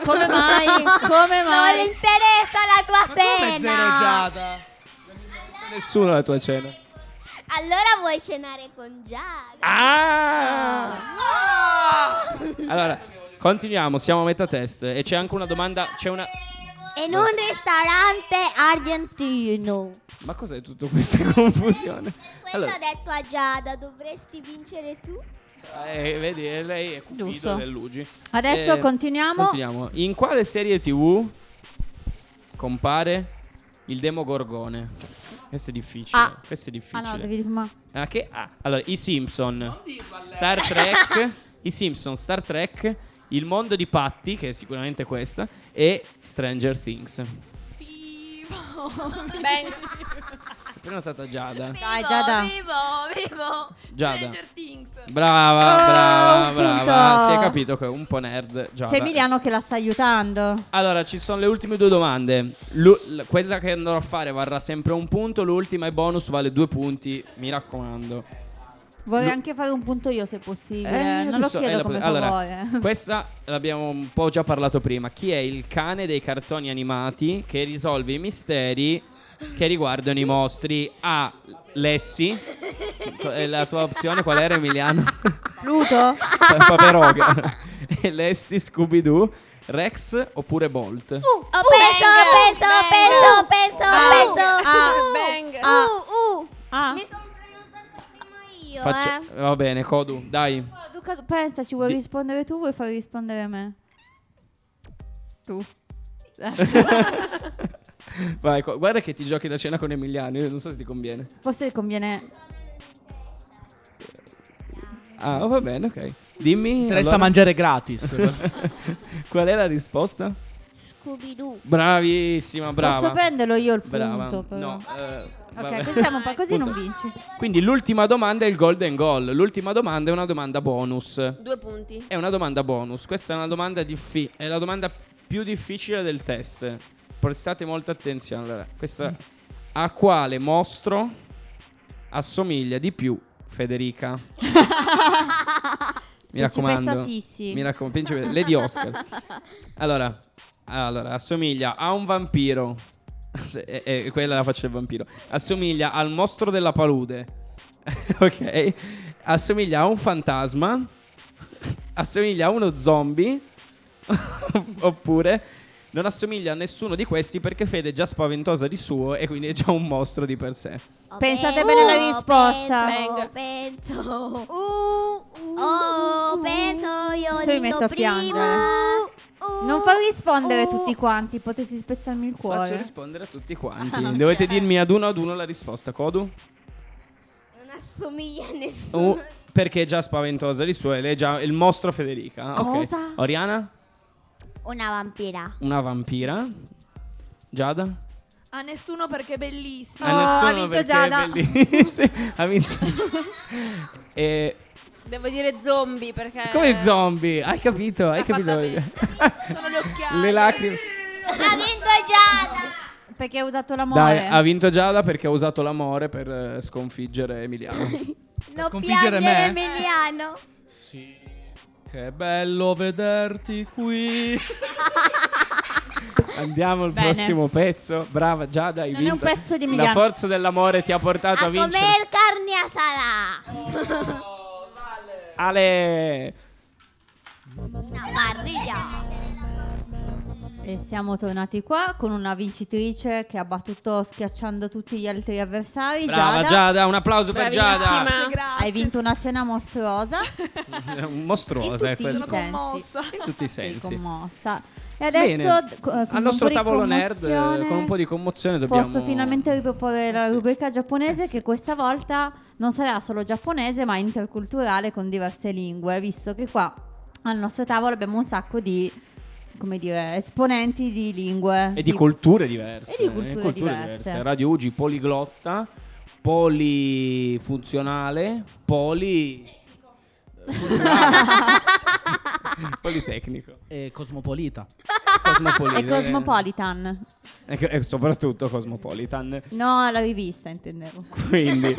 Speaker 3: Come mai? Come
Speaker 6: Non le
Speaker 3: mai?
Speaker 6: interessa la tua cena.
Speaker 5: nessuno alla tua cena.
Speaker 6: Allora vuoi cenare con Giada?
Speaker 5: Ah! Allora, continuiamo, siamo a metà test e c'è anche una domanda, c'è una
Speaker 6: In un ristorante argentino.
Speaker 5: Ma cos'è tutta questa confusione?
Speaker 6: Questo
Speaker 5: Allora,
Speaker 6: ho detto a Giada, dovresti vincere tu.
Speaker 5: eh, vedi, eh, lei è cupido
Speaker 3: Giusto.
Speaker 5: del Luigi.
Speaker 3: Adesso
Speaker 5: Eh,
Speaker 3: continuiamo.
Speaker 5: Continuiamo. In quale serie TV compare il Demogorgone? Questo è difficile.
Speaker 3: Ah.
Speaker 5: Questo è
Speaker 3: Ah
Speaker 5: difficile.
Speaker 3: no, devi ma-
Speaker 5: Ah, che ah, Allora, i Simpson, Star Trek, i Simpson, Star Trek, Il mondo di Patty, che è sicuramente questa, e Stranger
Speaker 4: Ah.
Speaker 5: Things.
Speaker 10: Bang.
Speaker 5: Appena notata Giada.
Speaker 3: Dai, Giada.
Speaker 5: Giada.
Speaker 4: Stranger Things.
Speaker 5: Brava,
Speaker 3: Oh,
Speaker 5: brava,
Speaker 3: un
Speaker 5: brava.
Speaker 3: punto.
Speaker 5: Si è capito che è un po' nerd. Giada.
Speaker 3: C'è Emiliano che la sta aiutando.
Speaker 5: Allora, ci sono le ultime due domande. L'u- l- quella che andrò a fare varrà sempre un punto, l'ultima è bonus, vale due punti. Mi raccomando.
Speaker 3: Vorrei
Speaker 5: Lu-
Speaker 3: anche fare un punto io se possibile.
Speaker 5: Eh,
Speaker 3: non lo
Speaker 5: adesso- eh,
Speaker 3: chiedo
Speaker 5: la-
Speaker 3: come
Speaker 5: allora,
Speaker 3: favore.
Speaker 5: Questa l'abbiamo un po' già parlato prima. Chi è il cane dei cartoni animati che risolve i misteri che riguardano i mostri? A. Lessi. Eh, La tua opzione qual era, Emiliano?
Speaker 3: Pluto?
Speaker 5: Paperoga. Lessi, Scooby-Doo, Rex oppure Bolt?
Speaker 3: Oh,
Speaker 6: Ho perso, ho perso, ho perso, ho perso, ho perso.
Speaker 10: Bang.
Speaker 6: Uh, uh.
Speaker 3: Ah,
Speaker 6: Mi sono prenotata prima io,
Speaker 5: Faccia-
Speaker 6: eh.
Speaker 5: Va bene, Kodu, dai.
Speaker 3: no, Oh, Duca, pensa, ci vuoi
Speaker 5: Di-
Speaker 3: rispondere tu o vuoi far rispondere me? Tu.
Speaker 5: Vai, co- guarda che ti giochi la cena con Emiliano, io non so se ti conviene.
Speaker 3: Forse conviene...
Speaker 5: Ah, va bene, ok. Dimmi
Speaker 1: Interessa
Speaker 5: allora,
Speaker 1: mangiare gratis.
Speaker 5: qual è la risposta?
Speaker 6: Scooby-Doo.
Speaker 5: Bravissima, brava.
Speaker 3: Posso prenderlo io il
Speaker 5: Brava.
Speaker 3: punto? però?
Speaker 5: No, eh, vabbè.
Speaker 3: Ok, pensiamo un po', così non
Speaker 5: Punto.
Speaker 3: vinci.
Speaker 5: Quindi l'ultima domanda è il golden goal. L'ultima domanda è una domanda bonus.
Speaker 10: Due punti.
Speaker 5: È una domanda bonus. Questa è una domanda diffi- è la domanda più difficile del test. Prestate molta attenzione. Allora, questa a quale mostro assomiglia di più Federica? Mi raccomando.
Speaker 3: Principessa Sissi.
Speaker 5: Mi raccomando, principe- Lady Oscar. Allora, allora, assomiglia a un vampiro. Se- eh, eh, quella è la faccia del vampiro. Assomiglia al mostro della palude. ok. Assomiglia a un fantasma. Assomiglia a uno zombie. Oppure non assomiglia a nessuno di questi perché Fede è già spaventosa di suo e quindi è già un mostro di per sé.
Speaker 6: Ho
Speaker 3: Pensate
Speaker 6: perso,
Speaker 3: bene alla risposta.
Speaker 6: Oh, Penso,
Speaker 10: Bang.
Speaker 6: penso. Uh, Oh, penso io
Speaker 3: Adesso mi
Speaker 6: dico
Speaker 3: metto a
Speaker 6: prima.
Speaker 3: piangere.
Speaker 6: uh,
Speaker 3: Non far rispondere tutti quanti, potessi spezzarmi il
Speaker 5: Faccio
Speaker 3: cuore.
Speaker 5: rispondere a tutti quanti. Dovete dirmi ad uno ad uno la risposta. Kodu?
Speaker 2: Non assomiglia a nessuno.
Speaker 5: Uh, perché è già spaventosa di sua, lei è già il mostro Federica. Ok.
Speaker 3: Cosa?
Speaker 5: Oriana,
Speaker 6: Una vampira.
Speaker 5: una vampira. Giada?
Speaker 4: A nessuno perché è bellissimo.
Speaker 5: Eh,
Speaker 3: Oh, ha
Speaker 5: nessuno
Speaker 3: vinto
Speaker 5: perché è
Speaker 3: Giada.
Speaker 5: bellissima. ha vinto. e
Speaker 10: Devo dire zombie perché...
Speaker 5: come
Speaker 3: Eh.
Speaker 5: zombie, hai capito? Hai
Speaker 10: l'ha fatta
Speaker 5: capito?
Speaker 10: bene. Sono gli occhiali.
Speaker 5: Le lacrime.
Speaker 6: Ha vinto Giada.
Speaker 3: Perché hai usato
Speaker 5: Dai,
Speaker 3: l'amore.
Speaker 5: ha vinto Giada perché ha usato l'amore per eh, sconfiggere Emiliano.
Speaker 1: Per
Speaker 6: Non
Speaker 1: sconfiggere
Speaker 6: piangere
Speaker 1: me?
Speaker 6: Emiliano.
Speaker 1: sì. Che bello vederti qui.
Speaker 5: Andiamo al
Speaker 3: Bene.
Speaker 5: prossimo pezzo. Brava Giada, hai
Speaker 3: Non è
Speaker 5: vinto.
Speaker 3: un pezzo di
Speaker 5: La
Speaker 3: Emiliano. Ah,
Speaker 5: forza dell'amore ti ha portato a,
Speaker 6: A
Speaker 5: vincere.
Speaker 6: comer carne asada.
Speaker 5: Ale!
Speaker 6: Una parriglia.
Speaker 3: E siamo tornati qua con una vincitrice che ha battuto schiacciando tutti gli altri avversari.
Speaker 5: Brava
Speaker 3: Giada,
Speaker 5: Giada, un applauso per
Speaker 10: Bravissima.
Speaker 4: Grazie.
Speaker 3: hai vinto una cena mostruosa
Speaker 5: Giada. Un
Speaker 3: in
Speaker 5: mostruosa è
Speaker 3: tutti i
Speaker 5: questa.
Speaker 4: questo.
Speaker 3: sensi.
Speaker 4: Sono commossa.
Speaker 5: In tutti i
Speaker 3: Ah, Sei
Speaker 5: sensi.
Speaker 3: commossa. E
Speaker 5: Bene,
Speaker 3: adesso d- co- con
Speaker 5: al
Speaker 3: un
Speaker 5: nostro
Speaker 3: po' di
Speaker 5: tavolo nerd, eh,
Speaker 3: commozione,
Speaker 5: con un po' di commozione dobbiamo...
Speaker 3: Posso finalmente riproporre la
Speaker 5: Eh sì.
Speaker 3: rubrica giapponese
Speaker 5: Eh sì.
Speaker 3: che questa volta non sarà solo giapponese ma interculturale con diverse lingue, visto che qua al nostro tavolo abbiamo un sacco di, come dire, esponenti di lingue.
Speaker 5: E di culture diverse.
Speaker 3: E di culture diverse.
Speaker 5: Radio Ugi, poliglotta, polifunzionale, poli... Politecnico.
Speaker 1: E cosmopolita.
Speaker 5: Cosmopolita.
Speaker 3: È Cosmopolitan.
Speaker 5: E co- e soprattutto Cosmopolitan.
Speaker 3: No, la rivista intendevo.
Speaker 5: Quindi,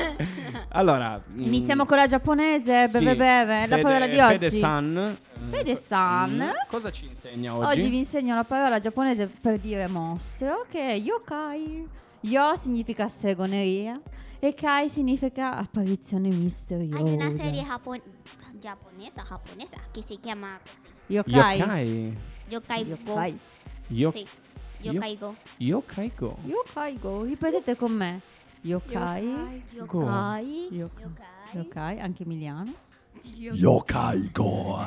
Speaker 5: allora... mm,
Speaker 3: Iniziamo con la giapponese,
Speaker 5: sì.
Speaker 3: bebe beve, la
Speaker 5: Fede-
Speaker 3: parola di
Speaker 5: Fede
Speaker 3: oggi.
Speaker 5: San.
Speaker 3: Fede San.
Speaker 5: Mm, Cosa ci insegna oggi?
Speaker 3: Oggi vi insegno la parola giapponese per dire mostro che è yokai. Yo significa stregoneria e kai significa apparizione
Speaker 6: Hay una serie
Speaker 3: misteriosa.
Speaker 6: japon- japonesa, japonesa, que se llama
Speaker 3: Yokai.
Speaker 5: Yokai.
Speaker 6: Yokai Go.
Speaker 3: Yokai.
Speaker 5: Yo-
Speaker 6: Sí, Yokai Go.
Speaker 5: Yokai Go.
Speaker 3: Yokai go. Ripetete con me. Yokai.
Speaker 5: Go.
Speaker 6: Yokai.
Speaker 3: Yokai. Yokai, anche Emiliano.
Speaker 7: Yokaigo.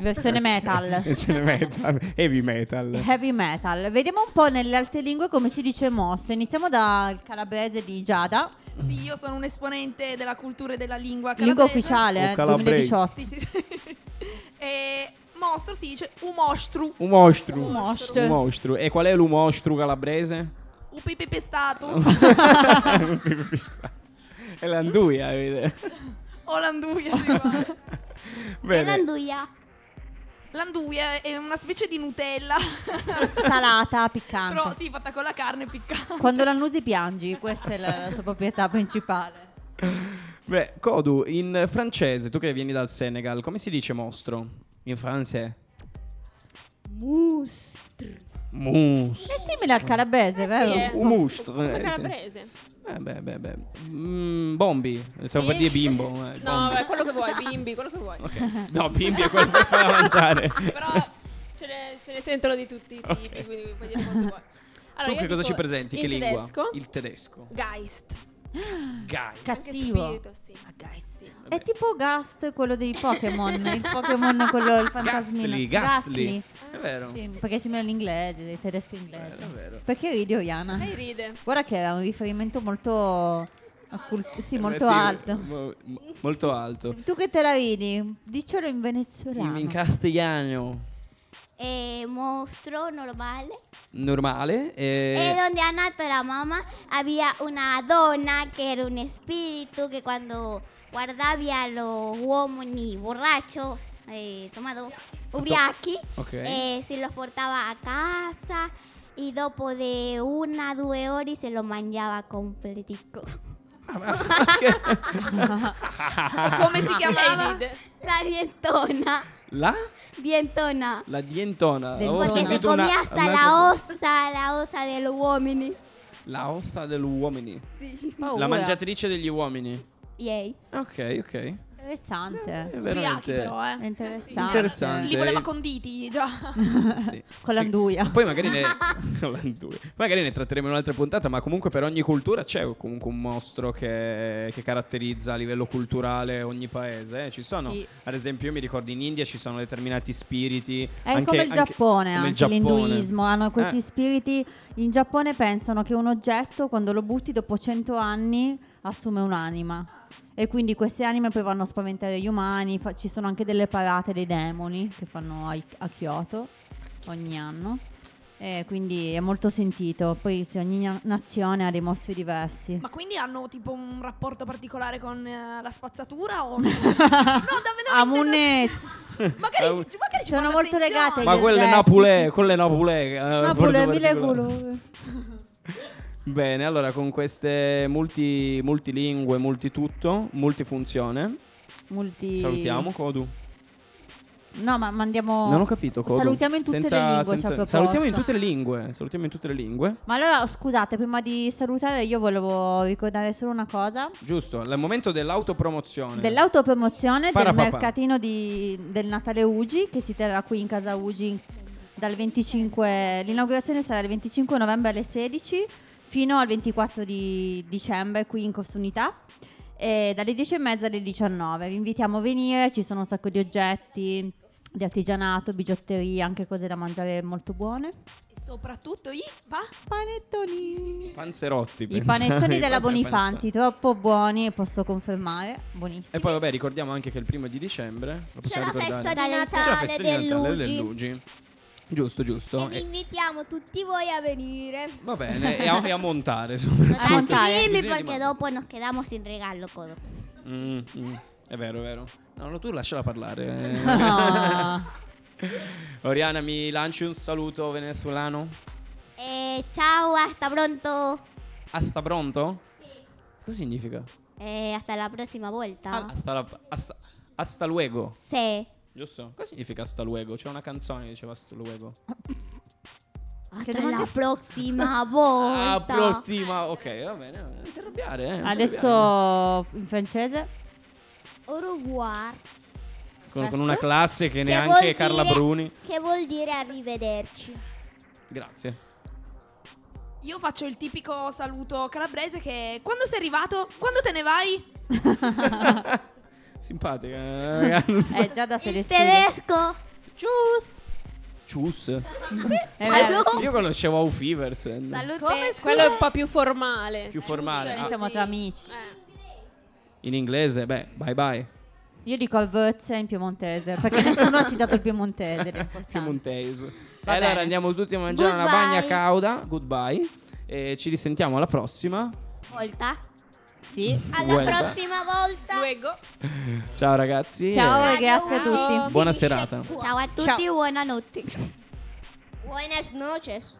Speaker 3: Versione metal.
Speaker 5: E se ne metal. Heavy
Speaker 10: Eh.
Speaker 5: metal.
Speaker 3: Heavy metal. Vediamo un po' nelle altre lingue come si dice mostro. Iniziamo dal calabrese di Giada,
Speaker 4: Sì, io sono un esponente della cultura e della lingua calabrese.
Speaker 3: lingua ufficiale
Speaker 5: O
Speaker 3: eh,
Speaker 5: calabrese.
Speaker 3: 2018.
Speaker 4: Sì, sì, sì. e mostro si dice un mostro.
Speaker 5: Un mostro.
Speaker 3: Un mostro.
Speaker 5: Un mostro. E qual è l'umostro calabrese?
Speaker 4: Un pipipestato.
Speaker 5: è l'anduia, vede.
Speaker 4: o l'anduia. sì, guarda.
Speaker 6: Es
Speaker 5: Bene.
Speaker 4: L'anduia è una specie di Nutella.
Speaker 3: Salata, piccante.
Speaker 4: Però sì, fatta con la carne piccante.
Speaker 3: Quando la annusi piangi, questa è la, la sua proprietà principale.
Speaker 5: Beh, Kodu, in francese, tu che vieni dal Senegal, come si dice mostro? In francese? Mousse.
Speaker 10: Eh
Speaker 3: È simile al calabrese, vero?
Speaker 10: sì, eh.
Speaker 5: Un mostro.
Speaker 10: Come
Speaker 5: eh, sì.
Speaker 10: calabrese.
Speaker 5: Eh, beh, beh, beh. Mm, bombi. Stavo per
Speaker 10: Sì.
Speaker 5: dire bimbo. eh, bombi.
Speaker 10: No, vabbè, quello che vuoi, bimbi, quello che vuoi.
Speaker 5: Ok. No, bimbi è quello che fa da mangiare.
Speaker 10: Però ce ne, se ne sentono di tutti i tipi,
Speaker 5: Ok.
Speaker 10: quindi puoi dire quello che vuoi. Allora,
Speaker 5: tu
Speaker 10: io
Speaker 5: che cosa
Speaker 10: dico
Speaker 5: ci presenti?
Speaker 10: in
Speaker 5: Che lingua?
Speaker 10: tedesco,
Speaker 5: Il tedesco.
Speaker 10: Geist.
Speaker 5: Gai.
Speaker 10: Anche
Speaker 3: Cattivo.
Speaker 10: spirito, sì.
Speaker 5: Ah,
Speaker 3: È tipo Gast, quello dei Pokémon. il Pokémon, quello, il fantasmino.
Speaker 5: Gastly, Gastly. È vero.
Speaker 3: Sì, perché è simile all'inglese, del tedesco inglese.
Speaker 5: È vero.
Speaker 3: Perché ridi, Oriana?
Speaker 10: Lei ride.
Speaker 3: Guarda che era un riferimento molto... accult- sì,
Speaker 5: Eh,
Speaker 3: molto
Speaker 5: sì,
Speaker 3: alto.
Speaker 5: mo- mo- molto alto.
Speaker 3: Tu che te la vedi? Dicelo in venezuelano.
Speaker 5: In castigliano
Speaker 6: Eh, monstruo normal.
Speaker 5: normale. eh,
Speaker 6: Eh, donde ha nato la mamá había una dona que era un espíritu que cuando guardaba los uomini borracho eh, tomado ubriachi,
Speaker 5: Ok.
Speaker 6: eh, se los portaba a casa y dopo de una, dos horas y se lo mangiaba completico.
Speaker 4: E come si
Speaker 10: Lei
Speaker 4: chiamava?
Speaker 10: ride.
Speaker 6: La dientona,
Speaker 5: La?
Speaker 6: dientona.
Speaker 5: La dientona.
Speaker 3: Del-
Speaker 5: Avevo
Speaker 3: Ho
Speaker 6: Porque se
Speaker 5: sentito
Speaker 6: comía
Speaker 5: una-
Speaker 6: hasta
Speaker 5: un'altra
Speaker 6: la
Speaker 5: cosa.
Speaker 6: osa, la osa de los uomini.
Speaker 5: La ossa dell'uomini.
Speaker 3: Paura.
Speaker 5: La mangiatrice degli uomini.
Speaker 6: Yay.
Speaker 5: Ok, ok. È
Speaker 3: Interessante.
Speaker 5: veramente
Speaker 4: Ubriachi però,
Speaker 3: È
Speaker 4: eh.
Speaker 3: interessante.
Speaker 5: Interessante.
Speaker 4: Li voleva conditi già.
Speaker 5: sì.
Speaker 3: Con l'anduia.
Speaker 5: Poi magari ne L'andue. magari ne tratteremo in un'altra puntata, ma comunque per ogni cultura c'è comunque un mostro che, che caratterizza a livello culturale ogni paese. eh. Ci sono,
Speaker 3: Sì.
Speaker 5: ad esempio, io mi ricordo in India ci sono determinati spiriti.
Speaker 3: È come il Giappone,
Speaker 5: come
Speaker 3: anche,
Speaker 5: il Giappone.
Speaker 3: l'induismo, hanno questi
Speaker 5: Eh.
Speaker 3: spiriti. In Giappone pensano che un oggetto, quando lo butti dopo 100 anni, assume un'anima. E quindi queste anime poi vanno a spaventare gli umani. Fa- ci sono anche delle parate dei demoni che fanno ai- a, Kyoto ogni anno. E quindi è molto sentito. Poi sì, ogni na- nazione ha dei mostri diversi.
Speaker 4: Ma quindi hanno tipo un rapporto particolare con eh, la spazzatura o no? no,
Speaker 3: A
Speaker 4: davvero
Speaker 3: Munez!
Speaker 4: Magari,
Speaker 5: Au-
Speaker 4: ci- magari ci
Speaker 3: Sono
Speaker 4: fanno
Speaker 3: molto
Speaker 4: attenzione.
Speaker 3: legate.
Speaker 5: Ma
Speaker 3: gli
Speaker 5: quello è
Speaker 3: oggetti, sì,
Speaker 5: Napule,
Speaker 3: sì.
Speaker 5: quello è Napule. eh,
Speaker 3: Napoli,
Speaker 5: proprio
Speaker 3: mille
Speaker 5: particolare.
Speaker 3: culo.
Speaker 5: Bene, allora con queste multi, multilingue, multitutto, multifunzione,
Speaker 3: Multi...
Speaker 5: salutiamo Kodu.
Speaker 3: No, ma mandiamo.
Speaker 5: Non ho capito Kodu.
Speaker 3: Oh. Salutiamo in tutte
Speaker 5: Senza-
Speaker 3: le lingue. ci ha
Speaker 5: senza-
Speaker 3: proposto.
Speaker 5: salutiamo in tutte le lingue, salutiamo in tutte le lingue.
Speaker 3: Ma allora, oh, scusate, prima di salutare, io volevo ricordare solo una cosa.
Speaker 5: Giusto, al momento dell'autopromozione.
Speaker 3: Dell'autopromozione del
Speaker 5: Parapapà.
Speaker 3: mercatino di- del Natale Ugi, che si terrà qui in casa Ugi dal 25. L'inaugurazione sarà il 25 novembre alle 16 fino al 24 di dicembre qui in Corso Unità. E dalle 10 e mezza alle 19. Vi invitiamo a venire, ci sono un sacco di oggetti di artigianato, bigiotteria, anche cose da mangiare molto buone.
Speaker 4: E soprattutto i va.
Speaker 3: Panettoni.
Speaker 5: Panzerotti.
Speaker 3: I
Speaker 5: pensavo.
Speaker 3: panettoni
Speaker 5: I
Speaker 3: della
Speaker 5: pan-
Speaker 3: Bonifanti,
Speaker 5: panettoni.
Speaker 3: troppo buoni, posso confermare, buonissimi.
Speaker 5: E poi vabbè, ricordiamo anche che il primo di dicembre lo possiamo
Speaker 2: la festa
Speaker 5: ricordare.
Speaker 2: di
Speaker 5: C'è la
Speaker 2: Natale
Speaker 5: festa di Natale
Speaker 2: dell'Ugi.
Speaker 5: dell'Ugi. Giusto, giusto.
Speaker 2: Vi
Speaker 5: E-
Speaker 2: invitiamo tutti voi a venire.
Speaker 5: va bene, e a, e a montare.
Speaker 6: No
Speaker 5: soprattutto.
Speaker 6: tanti
Speaker 5: Bisogna
Speaker 6: dimmi
Speaker 5: di
Speaker 6: porque
Speaker 5: man-
Speaker 6: dopo nos quedamos sin regalo, codo.
Speaker 5: Mm, mm, È vero, è vero. No, no, tu lasciala parlare.
Speaker 3: Ah.
Speaker 5: Oriana, mi lanci un saluto venezuelano?
Speaker 6: Eh, chao, hasta pronto.
Speaker 5: Hasta pronto? Cosa significa?
Speaker 6: Eh, hasta la próxima vuelta.
Speaker 5: Hasta, la- hasta- hasta luego.
Speaker 6: Sí.
Speaker 5: Giusto? Cosa significa hasta luego? C'è una canzone che diceva hasta luego.
Speaker 6: Hasta la próxima vuelta.
Speaker 5: Ah, prossima. Ok, va bene. va bene. Non ti arrabbiare, eh. non ti arrabbiare.
Speaker 3: Adesso in francese.
Speaker 2: Au revoir.
Speaker 5: Con, con una classe che
Speaker 2: Che
Speaker 5: neanche
Speaker 2: vuol
Speaker 5: Carla
Speaker 2: dire-
Speaker 5: Bruni.
Speaker 2: Che vuol dire arrivederci.
Speaker 5: Grazie.
Speaker 4: Io faccio il tipico saluto calabrese che quando sei arrivato, quando te ne vai?
Speaker 3: Eh,
Speaker 5: Simpatica. eh, ragazzi.
Speaker 3: È già da
Speaker 6: El
Speaker 3: selezionare.
Speaker 6: tedesco.
Speaker 3: Cius.
Speaker 5: Cius.
Speaker 3: Mm. È vero.
Speaker 6: Salud.
Speaker 5: Io conoscevo Au Fivers. eh,
Speaker 6: Salute.
Speaker 10: Come quello è un po' più formale.
Speaker 5: Più formale,
Speaker 10: Giusto,
Speaker 5: ah.
Speaker 3: Siamo
Speaker 10: sì.
Speaker 3: tra amici.
Speaker 10: Eh.
Speaker 5: In inglese, beh, bye bye.
Speaker 3: Io dico avvezza in piemontese, perché nessuno ha citato il piemontese. ed è importante.
Speaker 5: Piemontese. E
Speaker 3: Va
Speaker 5: allora
Speaker 3: bene.
Speaker 5: andiamo tutti a mangiare una
Speaker 6: Goodbye.
Speaker 5: bagna cauda. Goodbye. E ci risentiamo alla prossima.
Speaker 6: Volta.
Speaker 3: Sì.
Speaker 2: Alla
Speaker 5: Vuelta.
Speaker 2: prossima volta.
Speaker 10: Luego.
Speaker 5: Ciao ragazzi.
Speaker 3: Ciao
Speaker 5: e
Speaker 3: e grazie a tutti.
Speaker 5: Buona
Speaker 2: Finisce
Speaker 5: serata.
Speaker 6: é
Speaker 2: qua.
Speaker 6: Ciao a tutti, buonanotte.
Speaker 2: Buenas noches.